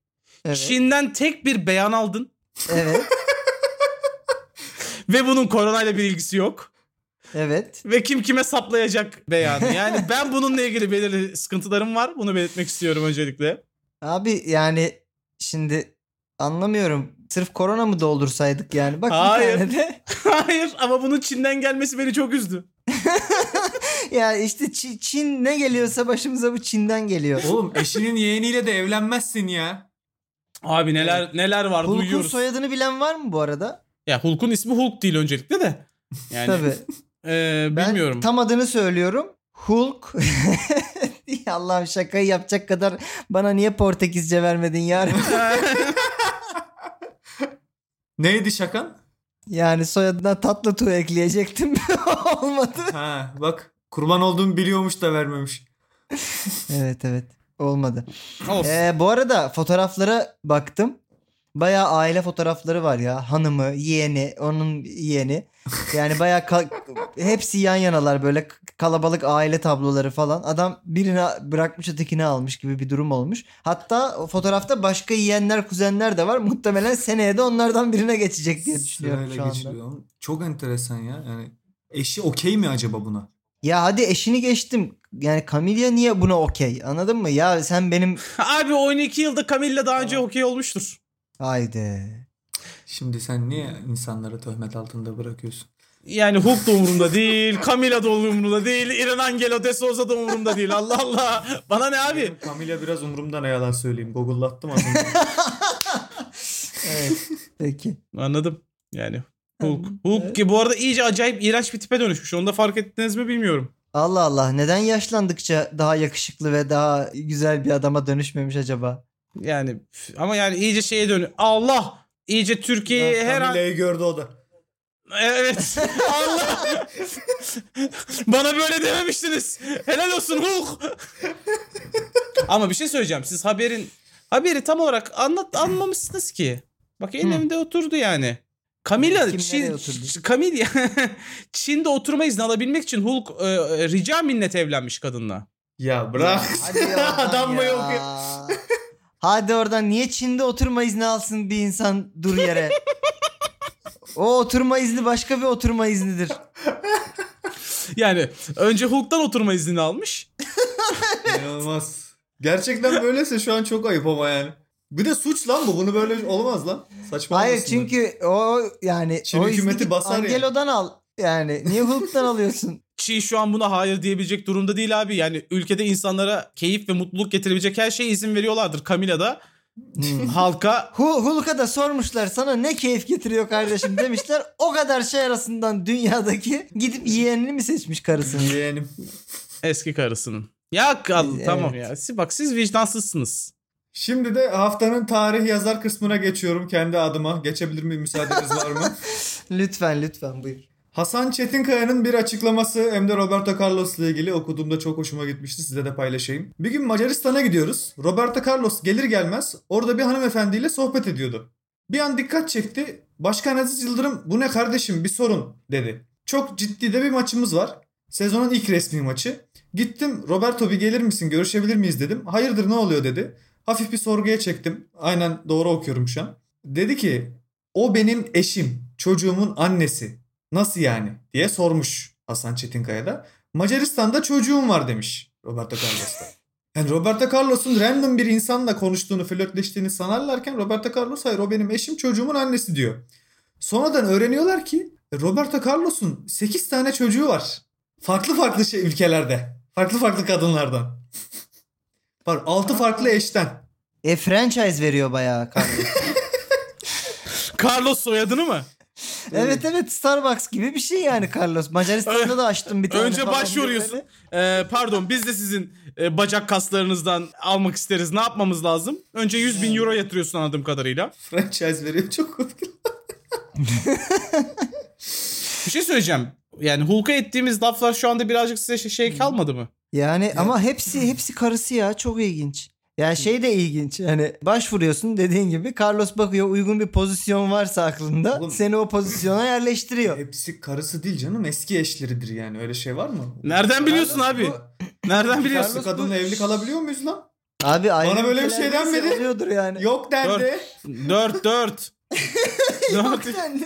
B: Evet.
C: Çin'den tek bir beyan aldın
B: Evet.
C: ve bunun korona ile bir ilgisi yok.
B: Evet.
C: Ve kim kime saplayacak beyanı. Yani ben bununla ilgili belirli sıkıntılarım var. Bunu belirtmek istiyorum öncelikle.
B: Abi yani şimdi anlamıyorum. Sırf korona mı doldursaydık yani? Bak
C: Hayır.
B: bir tane de.
C: Hayır ama bunun Çin'den gelmesi beni çok üzdü.
B: Ya işte Çi- Çin ne geliyorsa başımıza bu Çin'den geliyor.
D: Oğlum eşinin yeğeniyle de evlenmezsin ya.
C: Abi neler neler var
B: Hulk'un
C: duyuyoruz.
B: soyadını bilen var mı bu arada?
C: Ya Hulk'un ismi Hulk değil öncelikle de. Yani
B: Tabii.
C: e,
B: Ben
C: bilmiyorum.
B: tam adını söylüyorum. Hulk. Allah'ım şakayı yapacak kadar bana niye Portekizce vermedin yar?
D: Neydi şakan?
B: yani soyadına tatlı tu ekleyecektim. Olmadı.
D: Ha bak kurban olduğumu biliyormuş da vermemiş.
B: Evet evet. Olmadı.
C: Of.
B: Ee, bu arada fotoğraflara baktım. Bayağı aile fotoğrafları var ya. Hanımı, yeğeni, onun yeğeni. Yani bayağı ka- hepsi yan yanalar böyle k- kalabalık aile tabloları falan. Adam birini bırakmış ötekini almış gibi bir durum olmuş. Hatta o fotoğrafta başka yeğenler, kuzenler de var. Muhtemelen seneye de onlardan birine geçecek diye düşünüyorum
D: Sırayla
B: şu anda.
D: geçiliyor. Çok enteresan ya. Yani eşi okey mi acaba buna?
B: Ya hadi eşini geçtim. Yani Camilla niye buna okey? Anladın mı? Ya sen benim...
C: Abi 12 yılda Camilla daha önce okey olmuştur.
B: Haydi.
D: Şimdi sen niye insanları töhmet altında bırakıyorsun?
C: Yani Hulk da umurumda değil, Camilla da umurumda değil, İren Angelo de Souza da umurumda değil. Allah Allah. Bana ne abi?
D: Camila biraz umurumda ne yalan söyleyeyim. Google'lattım az önce.
B: Evet. Peki.
C: Anladım. Yani Hulk. Hulk ki bu arada iyice acayip iğrenç bir tipe dönüşmüş. Onu da fark ettiniz mi bilmiyorum.
B: Allah Allah neden yaşlandıkça daha yakışıklı ve daha güzel bir adama dönüşmemiş acaba?
C: Yani üf, ama yani iyice şeye dönüyor. Allah! İyice Türkiye'yi her an...
D: Camila'yı gördü o da.
C: E, Evet. Allah! Bana böyle dememiştiniz. Helal olsun Hulk. Ama bir şey söyleyeceğim. Siz haberin haberi tam olarak anlat anmamışsınız ki. Bak en
B: Hı.
C: önümde oturdu yani. Camilla
B: Kim nereye
C: Çin,
B: oturdu?
C: Ç- Camilla Çin'de oturma izni alabilmek için Hulk e, e, rica minnet evlenmiş kadınla.
D: Ya bırak.
B: Hadi oradan
D: Adam mı
B: ya.
D: yok
B: Hadi oradan niye Çin'de oturma izni alsın bir insan dur yere? o oturma izni başka bir oturma iznidir.
C: Yani önce Hulk'tan oturma iznini almış.
D: İnanılmaz. Gerçekten böylese şu an çok ayıp ama yani. Bir de suç lan bu. Bunu böyle olmaz lan. Saçma
B: Hayır
D: olmasın da.
B: çünkü o yani
D: Çin
B: o
D: hükümeti
B: izni git
D: basar ya.
B: Angelo'dan al. Yani niye Hulk'tan alıyorsun?
C: Çin şu an buna hayır diyebilecek durumda değil abi. Yani ülkede insanlara keyif ve mutluluk getirebilecek her şeye izin veriyorlardır. Camilla da
B: Hmm.
C: halka
B: Hu- Hulk'a da sormuşlar sana ne keyif getiriyor kardeşim demişler. o kadar şey arasından dünyadaki gidip yeğenini mi seçmiş karısını?
D: Yeğenim.
C: eski karısının. Ya kal
B: Evet.
C: tamam ya. Siz, bak siz vicdansızsınız.
D: Şimdi de haftanın tarih yazar kısmına geçiyorum kendi adıma. Geçebilir miyim müsaadeniz var mı?
B: Lütfen lütfen buyur.
D: Hasan Çetinkaya'nın bir açıklaması hem de Roberto Carlos'la ilgili okuduğumda çok hoşuma gitmişti. Size de paylaşayım. Bir gün Macaristan'a gidiyoruz. Roberto Carlos gelir gelmez orada bir hanımefendiyle sohbet ediyordu. Bir an dikkat çekti. Başkan Aziz Yıldırım bu ne kardeşim bir sorun dedi. Çok ciddi de bir maçımız var. Sezonun ilk resmi maçı. Gittim Roberto bir gelir misin görüşebilir miyiz dedim. Hayırdır ne oluyor dedi. Hafif bir sorguya çektim. Aynen doğru okuyorum şu an. Dedi ki o benim eşim çocuğumun annesi. Nasıl yani diye sormuş Hasan Çetinkaya da. Macaristan'da çocuğum var demiş Roberto Carlos'ta. Yani Roberto Carlos'un random bir insanla konuştuğunu, flörtleştiğini sanarlarken Roberto Carlos hayır o benim eşim çocuğumun annesi diyor. Sonradan öğreniyorlar ki Roberto Carlos'un 8 tane çocuğu var. Farklı farklı şey ülkelerde. Farklı farklı kadınlardan. Var 6 farklı eşten.
B: E franchise veriyor bayağı kardeşim.
C: Carlos soyadını mı?
B: evet evet Starbucks gibi bir şey yani Carlos. Macaristan'da da açtım bir tane.
C: Önce
B: falan
C: başvuruyorsun.
B: diye
C: Ee, pardon biz de sizin e, bacak kaslarınızdan almak isteriz. Ne yapmamız lazım? Önce 100 bin euro yatırıyorsun anladığım kadarıyla.
D: Franchise veriyor çok komik.
C: Bir şey söyleyeceğim. Yani Hulk'a ettiğimiz laflar şu anda birazcık size şey- şey kalmadı mı?
B: Yani ama hepsi hepsi karısı ya çok ilginç. Yani şey de ilginç. Hani başvuruyorsun dediğin gibi Carlos bakıyor uygun bir pozisyon varsa aklında
D: Oğlum-
B: seni o pozisyona yerleştiriyor.
D: Hepsi karısı değil canım eski eşleridir yani öyle şey var mı?
C: Nereden biliyorsun
D: Carlos
C: abi?
D: bu-
C: Nereden biliyorsun?
D: Karısı kadınla evli kalabiliyor muyuz lan?
B: Abi ayrı
D: Bana böyle bir şey
B: ülkelerde
D: denmedi.
B: seviyordur yani.
D: Yok dendi.
C: 4 4. 4
B: Yani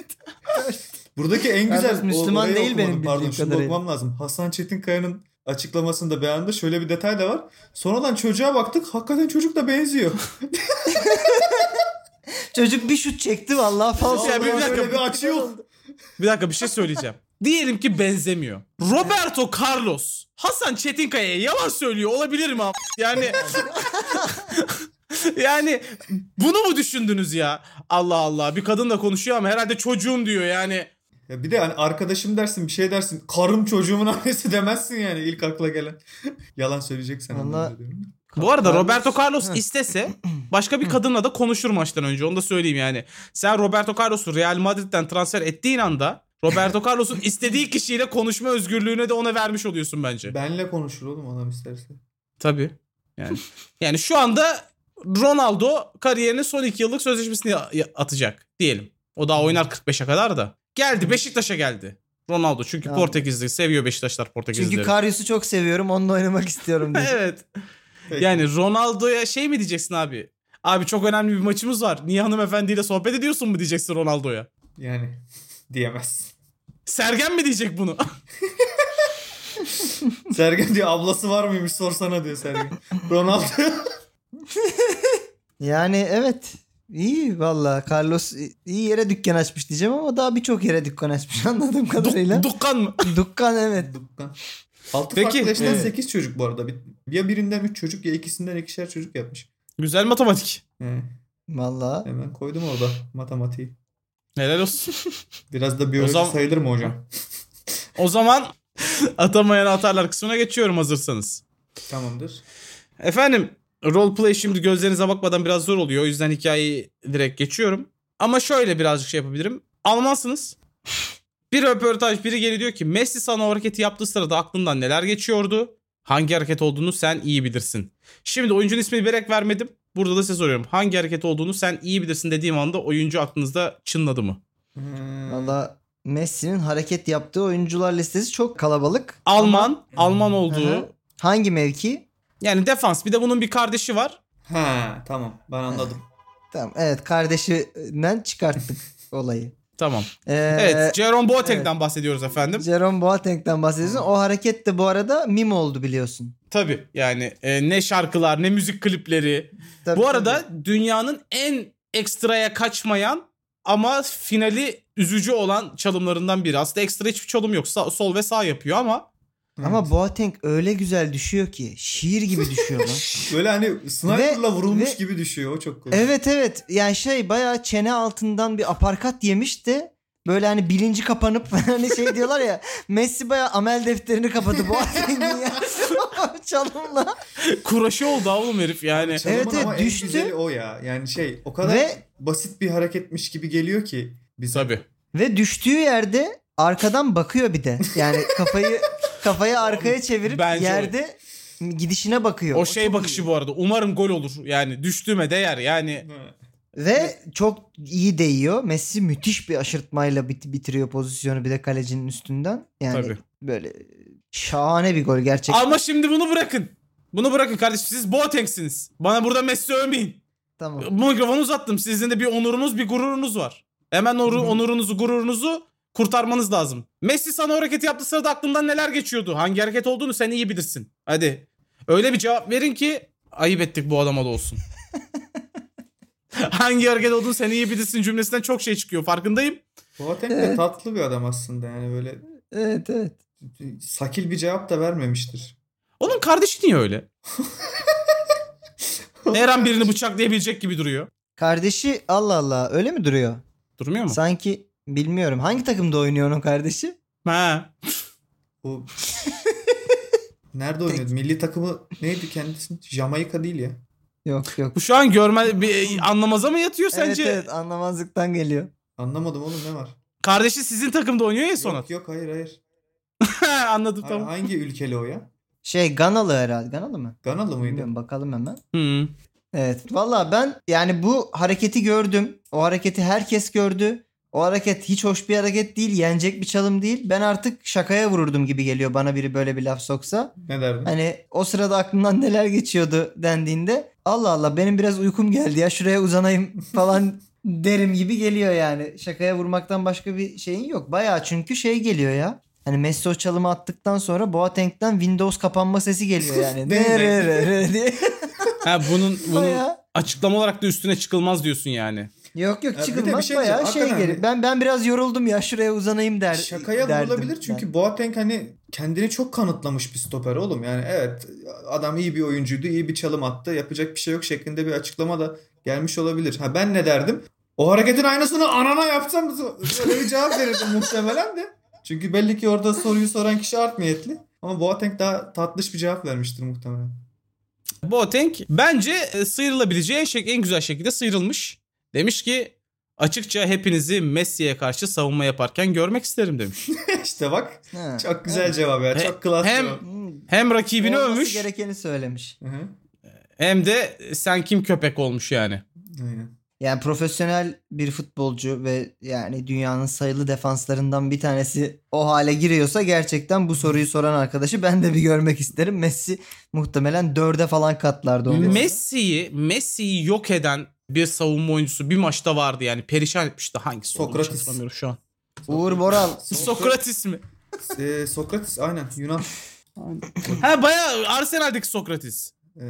D: Buradaki en güzel
B: Kardeş, Müslüman
D: orayı
B: değil benim bildiğim
D: Pardon şunu
B: kadarıyla.
D: bakmam lazım. Hasan Çetinkaya'nın açıklamasını da beğendim. Şöyle bir detay da var. Sonradan çocuğa baktık. Hakikaten çocuk da benziyor.
B: Çocuk bir şut çekti vallahi falso.
C: Ya bir
D: Vallahi
C: dakika,
D: böyle bir açı yok.
C: Bir dakika bir şey söyleyeceğim. Diyelim ki benzemiyor. Roberto Carlos Hasan Çetinkaya'ya yalan söylüyor olabilir mi? am- Yani yani bunu mu düşündünüz ya? Allah Allah bir kadın da konuşuyor ama herhalde çocuğum diyor yani.
D: Ya bir de hani arkadaşım dersin bir şey dersin. Karım çocuğumun annesi demezsin yani ilk akla gelen. Yalan söyleyeceksen.
B: Vallahi-
D: anlamında diyorum.
C: Bu arada
B: Carlos-
C: Roberto Carlos
B: Hı.
C: istese başka bir kadınla da konuşur maçtan önce onu da söyleyeyim yani. Sen Roberto Carlos'u Real Madrid'den transfer ettiğin anda Roberto Carlos'un istediği kişiyle konuşma özgürlüğüne de ona vermiş oluyorsun bence.
D: Benle konuşur oğlum adam isterse.
C: Tabii. Yani yani şu anda Ronaldo kariyerinin son 2 yıllık sözleşmesini ya- ya- atacak diyelim. O daha oynar 45'e kadar da. Geldi Beşiktaş'a geldi. Ronaldo çünkü
B: Ya.
C: Portekizli seviyor Beşiktaşlar Portekizlileri.
B: Çünkü Karius'u çok seviyorum onunla oynamak istiyorum dedi.
C: evet.
D: Peki.
C: Yani Ronaldo'ya şey mi diyeceksin abi? Abi çok önemli bir maçımız var. Niye hanımefendiyle sohbet ediyorsun mu diyeceksin Ronaldo'ya?
D: Yani diyemez.
C: Sergen mi diyecek bunu?
D: Sergen diyor ablası var mıymış sorsana diyor Sergen. Ronaldo.
B: Yani evet. İyi vallahi Carlos iyi yere dükkan açmış diyeceğim ama daha birçok yere dükkan açmış anladığım kadarıyla.
C: Duk- dukkan mı?
B: Dükkan evet.
D: Dukkan. Altı
C: Peki,
D: farklı eşten
C: e-
D: 8 çocuk bu arada. Bir- Ya birinden 3 çocuk ya ikisinden ikişer çocuk yapmış.
C: Güzel matematik.
D: He,
B: Vallahi
D: hemen koydum orada matematiği.
C: Helal olsun.
D: Biraz da biyoloji
C: O zaman-
D: sayılır mı hocam?
C: o zaman atamayan atarlar kısmına geçiyorum hazırsanız.
D: Tamamdır.
C: Efendim roleplay şimdi gözlerinize bakmadan biraz zor oluyor. O yüzden hikayeyi direkt geçiyorum. Ama şöyle birazcık şey yapabilirim. Almansınız. Bir röportaj biri geliyor diyor ki Messi sana o hareketi yaptığı sırada aklından neler geçiyordu? Hangi hareket olduğunu sen iyi bilirsin. Şimdi oyuncunun ismini berek vermedim. Burada da size soruyorum. Hangi hareket olduğunu sen iyi bilirsin dediğim anda oyuncu aklınızda çınladı mı?
D: Hmm.
B: vallahi Messi'nin hareket yaptığı oyuncular listesi çok kalabalık.
C: Alman, Alman olduğu.
B: Aha. Hangi mevki?
C: Yani defans. Bir de bunun bir kardeşi var.
D: Ha tamam ben anladım.
B: Tamam evet kardeşinden çıkarttık olayı.
C: Tamam.
B: Ee,
C: Evet, Jerome Boateng'den bahsediyoruz efendim.
B: Jerome Boateng'den bahsediyorsun. O hareket de bu arada mim oldu biliyorsun.
C: Tabii yani e, ne şarkılar ne müzik klipleri.
B: Tabii,
C: Bu
B: tabii.
C: arada dünyanın en ekstraya kaçmayan ama finali üzücü olan çalımlarından biri. Aslında ekstra hiçbir çalım yok. Sa- sol ve sağ yapıyor ama
B: ama Boateng öyle güzel düşüyor ki şiir gibi düşüyor lan.
D: Böyle hani sniper'la
B: Ve-
D: vurulmuş
B: ve-
D: gibi düşüyor o çok komik.
B: Evet evet. Yani şey bayağı çene altından bir aparkat yemiş de böyle hani bilinci kapanıp hani şey diyorlar ya Messi bayağı amel defterini kapadı Boateng'in ya. Çalımla.
C: kuraşı oldu oğlum herif yani.
D: Çalımın
B: Evet, evet,
D: ama
B: düştü.
D: En güzeli o ya. Yani şey o kadar
B: Ve-
D: basit bir hareketmiş gibi geliyor ki bize.
C: Tabii.
B: Ve düştüğü yerde arkadan bakıyor bir de. Yani kafayı kafayı arkaya çevirip
C: Bence o-
B: yerde gidişine bakıyor.
C: O
B: O
C: şey
B: çok
C: bakışı
B: iyi.
C: bu arada. Umarım gol olur. Yani düştüğüme değer yani.
D: Ha.
B: Ve çok iyi değiyor. Messi müthiş bir aşırtmayla bit- bitiriyor pozisyonu bir de kalecinin üstünden. Yani
C: Tabii.
B: böyle şahane bir gol gerçekten.
C: Ama şimdi bunu bırakın. Bunu bırakın kardeşim siz Boateng'siniz. Bana burada Messi övmeyin.
B: tamam.
C: Bu mikrofonu uzattım. Sizin de bir onurunuz, bir gururunuz var. Hemen oru- onurunuzu, gururunuzu kurtarmanız lazım. Messi sana o hareketi yaptığı sırada aklından neler geçiyordu? Hangi hareket olduğunu sen iyi bilirsin. Hadi. Öyle bir cevap verin ki ayıp ettik bu adama da olsun. Hangi hareket olduğunu sen iyi bilirsin cümlesinden çok şey çıkıyor farkındayım.
D: Boateng de
B: Evet.
D: tatlı bir adam aslında yani böyle
B: Evet evet.
D: sakil bir cevap da vermemiştir.
C: Onun kardeşi niye öyle? Her an birini bıçaklayabilecek gibi duruyor.
B: Kardeşi Allah Allah öyle mi duruyor?
C: Durmuyor mu?
B: Sanki bilmiyorum. Hangi takımda oynuyor onun kardeşi?
C: Ha.
D: Bu Nerede oynuyordu? Milli takımı neydi kendisi? Jamaika değil ya.
B: Yok yok.
C: Bu şu an görme bir anlamaza mı yatıyor sence?
B: Evet evet anlamazlıktan geliyor.
D: Anlamadım oğlum ne var?
C: Kardeşi sizin takımda oynuyor ya
D: Yok
C: Sonat.
D: yok hayır hayır.
C: Anladım
D: Ha-
C: tamam.
D: Hangi ülkeli o ya?
B: Şey Ganalı herhalde. Ganalı mı?
D: Ganalı mıydı?
B: Bilmiyorum bakalım hemen.
C: Hı.
B: Evet. Valla ben yani bu hareketi gördüm. O hareketi herkes gördü. O hareket hiç hoş bir hareket değil. Yenecek bir çalım değil. Ben artık şakaya vururdum gibi geliyor bana biri böyle bir laf soksa.
D: Ne derdin?
B: Hani o sırada aklımdan neler geçiyordu dendiğinde Allah Allah benim biraz uykum geldi ya şuraya uzanayım falan derim gibi geliyor yani. Şakaya vurmaktan başka bir şeyin yok. Bayağı çünkü şey geliyor ya. Hani Messi o çalımı attıktan sonra Boateng'den Windows kapanma sesi geliyor yani.
D: Değil mi?
B: Ne re re re diye.
C: Ha bunun bunun
B: Bayağı.
C: açıklama olarak da üstüne çıkılmaz diyorsun yani.
B: Yok
D: Ya bir
B: yok
D: de
B: çıkılmaz
D: bir şey
B: bayağı şey
D: diyeceğim. Hakikaten
B: gelir.
D: hani-
B: Ben ben biraz yoruldum ya şuraya uzanayım der.
D: Şakaya
B: derdim
D: vurulabilir
B: ben.
D: çünkü Boateng hani kendini çok kanıtlamış bir stoper oğlum. Yani evet adam iyi bir oyuncuydu, iyi bir çalım attı. Yapacak bir şey yok şeklinde bir açıklama da gelmiş olabilir. Ha ben ne derdim? O hareketin aynısını anana yapsam böyle bir cevap verirdim muhtemelen de. Çünkü belli ki orada soruyu soran kişi art niyetli. Ama Boateng daha tatlış bir cevap vermiştir muhtemelen.
C: Boateng bence e, sıyrılabileceği şek- en güzel şekilde sıyrılmış. Demiş ki açıkça hepinizi Messi'ye karşı savunma yaparken görmek isterim demiş.
D: işte bak
B: Ha.
D: çok güzel cevap ya.
C: He-
D: Çok klas
C: hem-
D: cevap.
B: Hmm.
C: Hem rakibini
B: Olması
C: övmüş
B: gerekeni söylemiş.
D: Hı hı.
C: hem de e, sen kim köpek olmuş yani.
D: Aynen.
B: Yani profesyonel bir futbolcu ve yani dünyanın sayılı defanslarından bir tanesi o hale giriyorsa gerçekten bu soruyu soran arkadaşı ben de bir görmek isterim. Messi muhtemelen dörde falan katlardı onu.
C: Messi'yi Messi'yi yok eden bir savunma oyuncusu bir maçta vardı yani perişan etmişti hangisi olduğunu hiç
D: Sokratis.
C: hatırlamıyorum şu an.
B: Uğur Boral.
C: Sokratis mi?
D: Ee, Sokrates aynen Yunan.
C: Ha bayağı Arsenal'deki Sokratis.
D: Ee,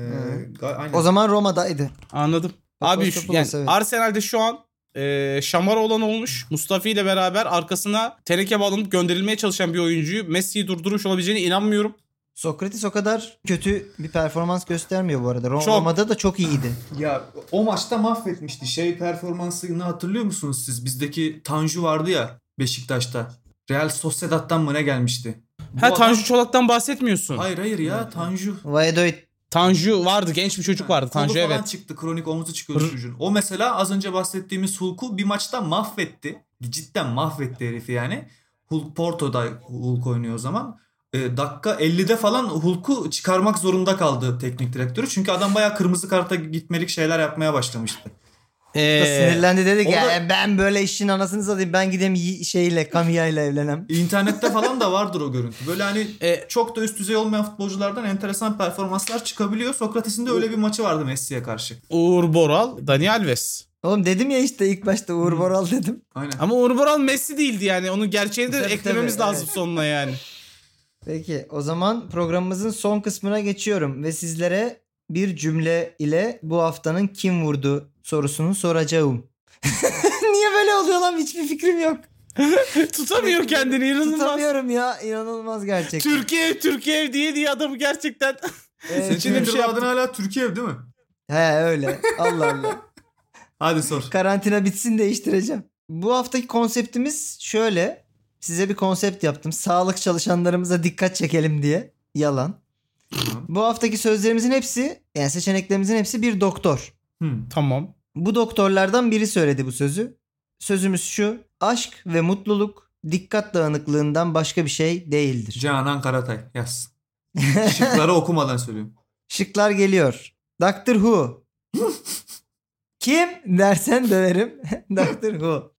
D: ga- aynen.
B: O zaman Roma'daydı.
C: Anladım. Abi şu, yani
B: Papastapoulous, evet.
C: Arsenal'de şu an e, şamar olan olmuş. Mustafi ile beraber arkasına teneke bağlanıp gönderilmeye çalışan bir oyuncuyu Messi'yi durdurmuş olabileceğine inanmıyorum.
B: Sokratis o kadar kötü bir performans göstermiyor bu arada. Ro-
C: Çok.
B: Roma'da da çok iyiydi.
D: Ya o maçta mahvetmişti. Şey performansını hatırlıyor musunuz siz? Bizdeki Tanju vardı ya Beşiktaş'ta. Real Sociedad'dan mı ne gelmişti? Bu
C: ha
D: adam-
C: Tanju Çolak'tan bahsetmiyorsun.
D: Hayır hayır ya Tanju.
B: Valladolid
C: Tanju vardı genç bir çocuk vardı
D: Kolu
C: Tanju
D: falan
C: evet.
D: çıktı kronik omuzu çıkıyordu
C: Hı.
D: çocuğun. O mesela az önce bahsettiğimiz Hulk'u bir maçta mahvetti. Cidden mahvetti herifi yani. Hulk Porto'da Hulk oynuyor o zaman. E, dakika 50'de falan Hulk'u çıkarmak zorunda kaldı teknik direktörü. Çünkü adam bayağı kırmızı karta gitmelik şeyler yapmaya başlamıştı.
C: Ee,
B: sinirlendi dedi ki
D: orada-
B: "Ya e, ben böyle işin anasını satayım ben gideyim y- şeyle Kamiya'yla evlenem.
D: İnternette falan da vardır o görüntü. Böyle hani
C: E-
D: çok da üst düzey olmayan futbolculardan enteresan performanslar çıkabiliyor. Sokrates'in de öyle bir maçı vardı Messi'ye karşı.
C: Uğur Boral, Dani Alves.
B: Oğlum dedim ya işte ilk başta Uğur Boral dedim.
D: Aynen.
C: Ama Uğur Boral Messi değildi yani. Onun gerçeğini de
B: Tabii,
C: eklememiz
B: tabii,
C: lazım
B: evet.
C: sonuna yani.
B: Peki o zaman programımızın son kısmına geçiyorum ve sizlere bir cümle ile bu haftanın kim vurdu sorusunu soracağım. Niye böyle oluyor lan hiçbir fikrim yok.
C: Tutamıyor kendini inanılmaz.
B: Tutamıyorum ya inanılmaz gerçekten.
C: Türkiye, Türkiye diye diye adamı gerçekten
B: Evet.
D: Seçenin
C: bir şey yaptın.
D: adına hala Türkiye değil mi?
B: He öyle Allah Allah.
D: Hadi sor.
B: Karantina bitsin değiştireceğim. Bu haftaki konseptimiz şöyle. Size bir konsept yaptım. Sağlık çalışanlarımıza dikkat çekelim diye. Yalan. Bu haftaki sözlerimizin hepsi yani seçeneklerimizin hepsi bir doktor.
D: Hmm.
C: Tamam.
B: Bu doktorlardan biri söyledi bu sözü. Sözümüz şu. Aşk ve mutluluk dikkat dağınıklığından başka bir şey değildir.
D: Canan Karatay yaz. Şıkları okumadan söylüyorum.
B: Şıklar geliyor. Doctor Who. Kim dersen döverim. Doctor Who.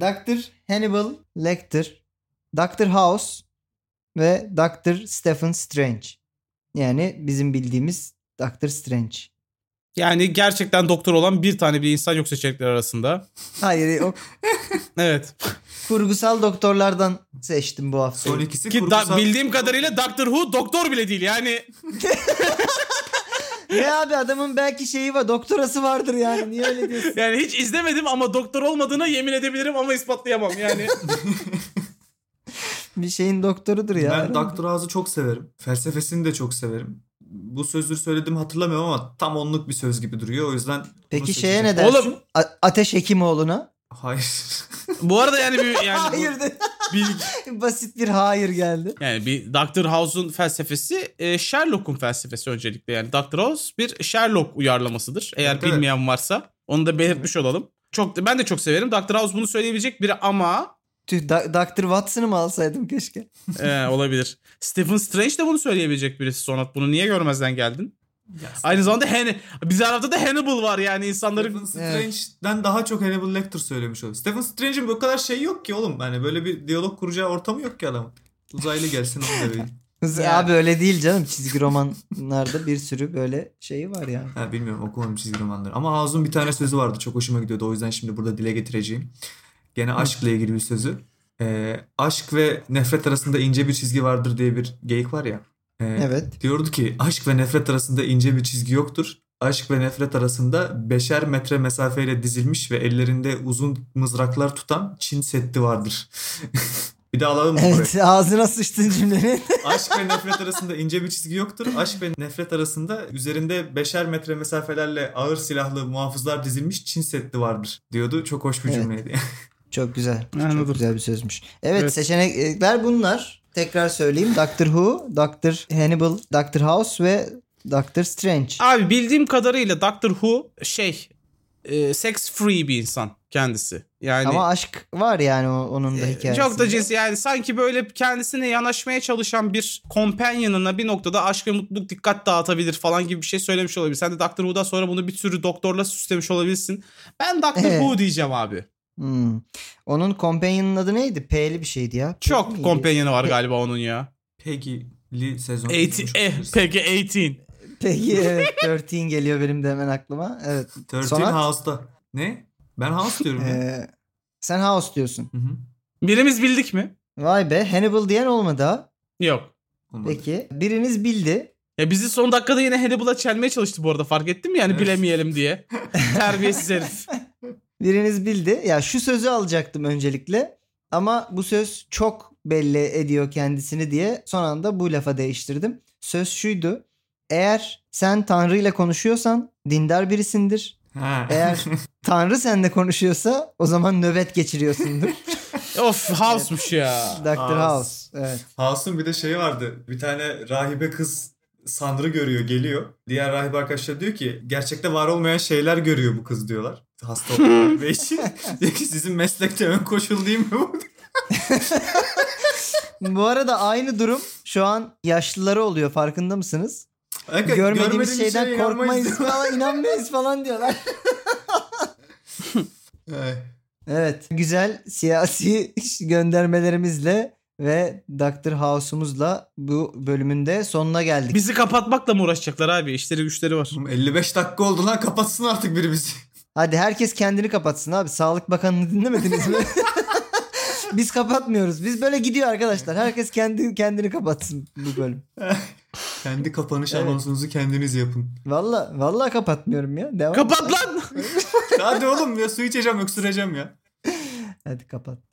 B: Doctor Hannibal Lecter. Doctor House ve Doctor Stephen Strange. Yani bizim bildiğimiz Doctor Strange.
C: Yani gerçekten doktor olan bir tane bile insan yok seçenekler arasında.
B: Hayır o
C: Evet.
B: kurgusal doktorlardan seçtim bu hafta.
D: Son ikisi
C: Ki da-
D: kurgusal.
C: bildiğim kadarıyla Doctor Who doktor bile değil yani.
B: Ne abi adamın belki şeyi var doktorası vardır yani niye öyle diyorsun?
C: Yani hiç izlemedim ama doktor olmadığına yemin edebilirim ama ispatlayamam yani.
B: Bir şeyin doktorudur ya.
D: Ben Dr. House'u çok severim. Felsefesini de çok severim. Bu sözleri söylediğimi hatırlamıyorum ama tam onluk bir söz gibi duruyor. O yüzden bunu
B: Peki
D: seçeceğim.
B: şeye ne dersin?
C: Oğlum-
B: A- Ateş Hekimoğlu'na.
D: Hayır.
C: bu arada yani bir yani bu-
B: hayır de-
C: bir-
B: basit bir hayır geldi.
C: yani bir Doctor House'un felsefesi e, Sherlock'un felsefesi öncelikle. Yani Doctor House bir Sherlock uyarlamasıdır. Eğer
D: Evet, evet.
C: bilmeyen varsa onu da belirtmiş olalım. Çok ben de çok severim. Doctor House bunu söyleyebilecek biri ama
B: Tüh, Da- Dr. Watson'ı mı alsaydım keşke?
C: Ee, olabilir. Stephen Strange de bunu söyleyebilecek birisi Sonat. Bunu niye görmezden geldin? Aynı zamanda Hannibal. Bizi arada da Hannibal var yani insanların
D: Stephen Strange'den daha çok Hannibal Lecter söylemiş o. Stephen Strange'in bu kadar şey yok ki oğlum. Yani böyle bir diyalog kuracağı ortamı yok ki adamın. Uzaylı gelsin onu da vereyim.
B: Kız-
C: Ya.
B: Abi öyle değil canım. Çizgi romanlarda bir sürü böyle şeyi var yani.
D: Ha, bilmiyorum okumadım çizgi romanları. Ama Hazun bir tane sözü vardı. Çok hoşuma gidiyordu. O yüzden şimdi burada dile getireceğim. Gene aşkla ilgili bir sözü. Ee, aşk ve nefret arasında ince bir çizgi vardır diye bir geyik var ya. Ee,
B: Evet.
D: Diyordu ki aşk ve nefret arasında ince bir çizgi yoktur. Aşk ve nefret arasında beşer metre mesafeyle dizilmiş ve ellerinde uzun mızraklar tutan Çin Seddi vardır. bir de alalım mı burayı?
B: Evet ağzına sıçtın cümlenin.
D: Aşk ve nefret arasında ince bir çizgi yoktur. Aşk ve nefret arasında üzerinde beşer metre mesafelerle ağır silahlı muhafızlar dizilmiş Çin Seddi vardır diyordu. Çok hoş bir
B: Evet.
D: cümleydi.
B: Çok güzel.
C: Anladım.
B: Çok güzel bir sözmüş. Evet,
C: Evet.
B: seçenekler bunlar. Tekrar söyleyeyim. Doctor Who, Doctor Hannibal, Doctor House ve Doctor Strange.
C: Abi bildiğim kadarıyla Doctor Who şey e, sex free bir insan kendisi. Yani
B: Ama aşk var yani o- onun da hikayesi.
C: Hani Ee, çok da cins yani sanki böyle kendisine yanaşmaya çalışan bir companion'ına bir noktada aşk ve mutluluk dikkat dağıtabilir falan gibi bir şey söylemiş olabilir. Sen de Doctor Who'dan sonra bunu bir sürü doktorla süslemiş olabilirsin. Ben Doctor
B: Evet.
C: Who diyeceğim abi.
B: Hmm. Onun companion'ın adı neydi? P'li bir şeydi ya. P
C: Çok
B: miydi?
C: companion'ı var galiba onun ya.
D: Peki Lee sezon.
C: 18, eh,
D: Pe-
C: peki 18.
B: Peki evet, 13 geliyor benim de hemen aklıma. Evet.
D: 13
B: Sonat?
D: House'da. Ne? Ben House diyorum ya.
B: Ee, sen House diyorsun.
D: Hı hı.
C: Birimiz bildik mi?
B: Vay be Hannibal diyen olmadı ha.
C: Yok.
D: Olmadı.
B: Peki biriniz bildi.
C: Ya bizi son dakikada yine Hannibal'a çelmeye çalıştı bu arada fark ettin mi? Yani
D: Evet.
C: bilemeyelim diye. Terbiyesiz herif.
B: Biriniz bildi. Ya şu sözü alacaktım öncelikle. Ama bu söz çok belli ediyor kendisini diye son anda bu lafa değiştirdim. Söz şuydu. Eğer sen Tanrı ile konuşuyorsan dindar birisindir.
D: Ha.
B: Eğer Tanrı seninle konuşuyorsa o zaman nöbet geçiriyorsundur.
C: Of house'muş ya.
B: Dr.
D: House.
B: House. Evet.
D: House'un bir de şeyi vardı. Bir tane rahibe kız Sandr'ı görüyor geliyor. Diğer rahip arkadaşlar diyor ki gerçekte var olmayan şeyler görüyor bu kız diyorlar. Hasta olanlar ve için. diyor ki sizin meslekte ön koşul değil mi bu?
B: Bu arada aynı durum şu an yaşlılara oluyor farkında mısınız?
D: Hakikaten
B: Görmediğimiz şeyden
D: şeye inanmayız
B: korkmayız
D: diyor.
B: falan inanmayız falan diyorlar.
D: Ay.
B: Evet. Güzel siyasi göndermelerimizle ve Dr. House'umuzla bu bölümünde sonuna geldik.
C: Bizi kapatmakla mı uğraşacaklar abi? İşleri güçleri var.
D: Oğlum 55 dakika oldu lan kapatsın artık biri bizi.
B: Hadi herkes kendini kapatsın abi. Sağlık Bakanı'nı dinlemediniz mi? Biz kapatmıyoruz. Biz böyle gidiyor arkadaşlar. Herkes kendi kendini kapatsın bu bölüm.
D: Kendi kapanış
B: Evet.
D: anonsunuzu kendiniz yapın.
B: Valla vallahi kapatmıyorum ya. Devam.
C: Kapat lan!
D: Hadi oğlum ya su içeceğim öksüreceğim ya.
B: Hadi kapat.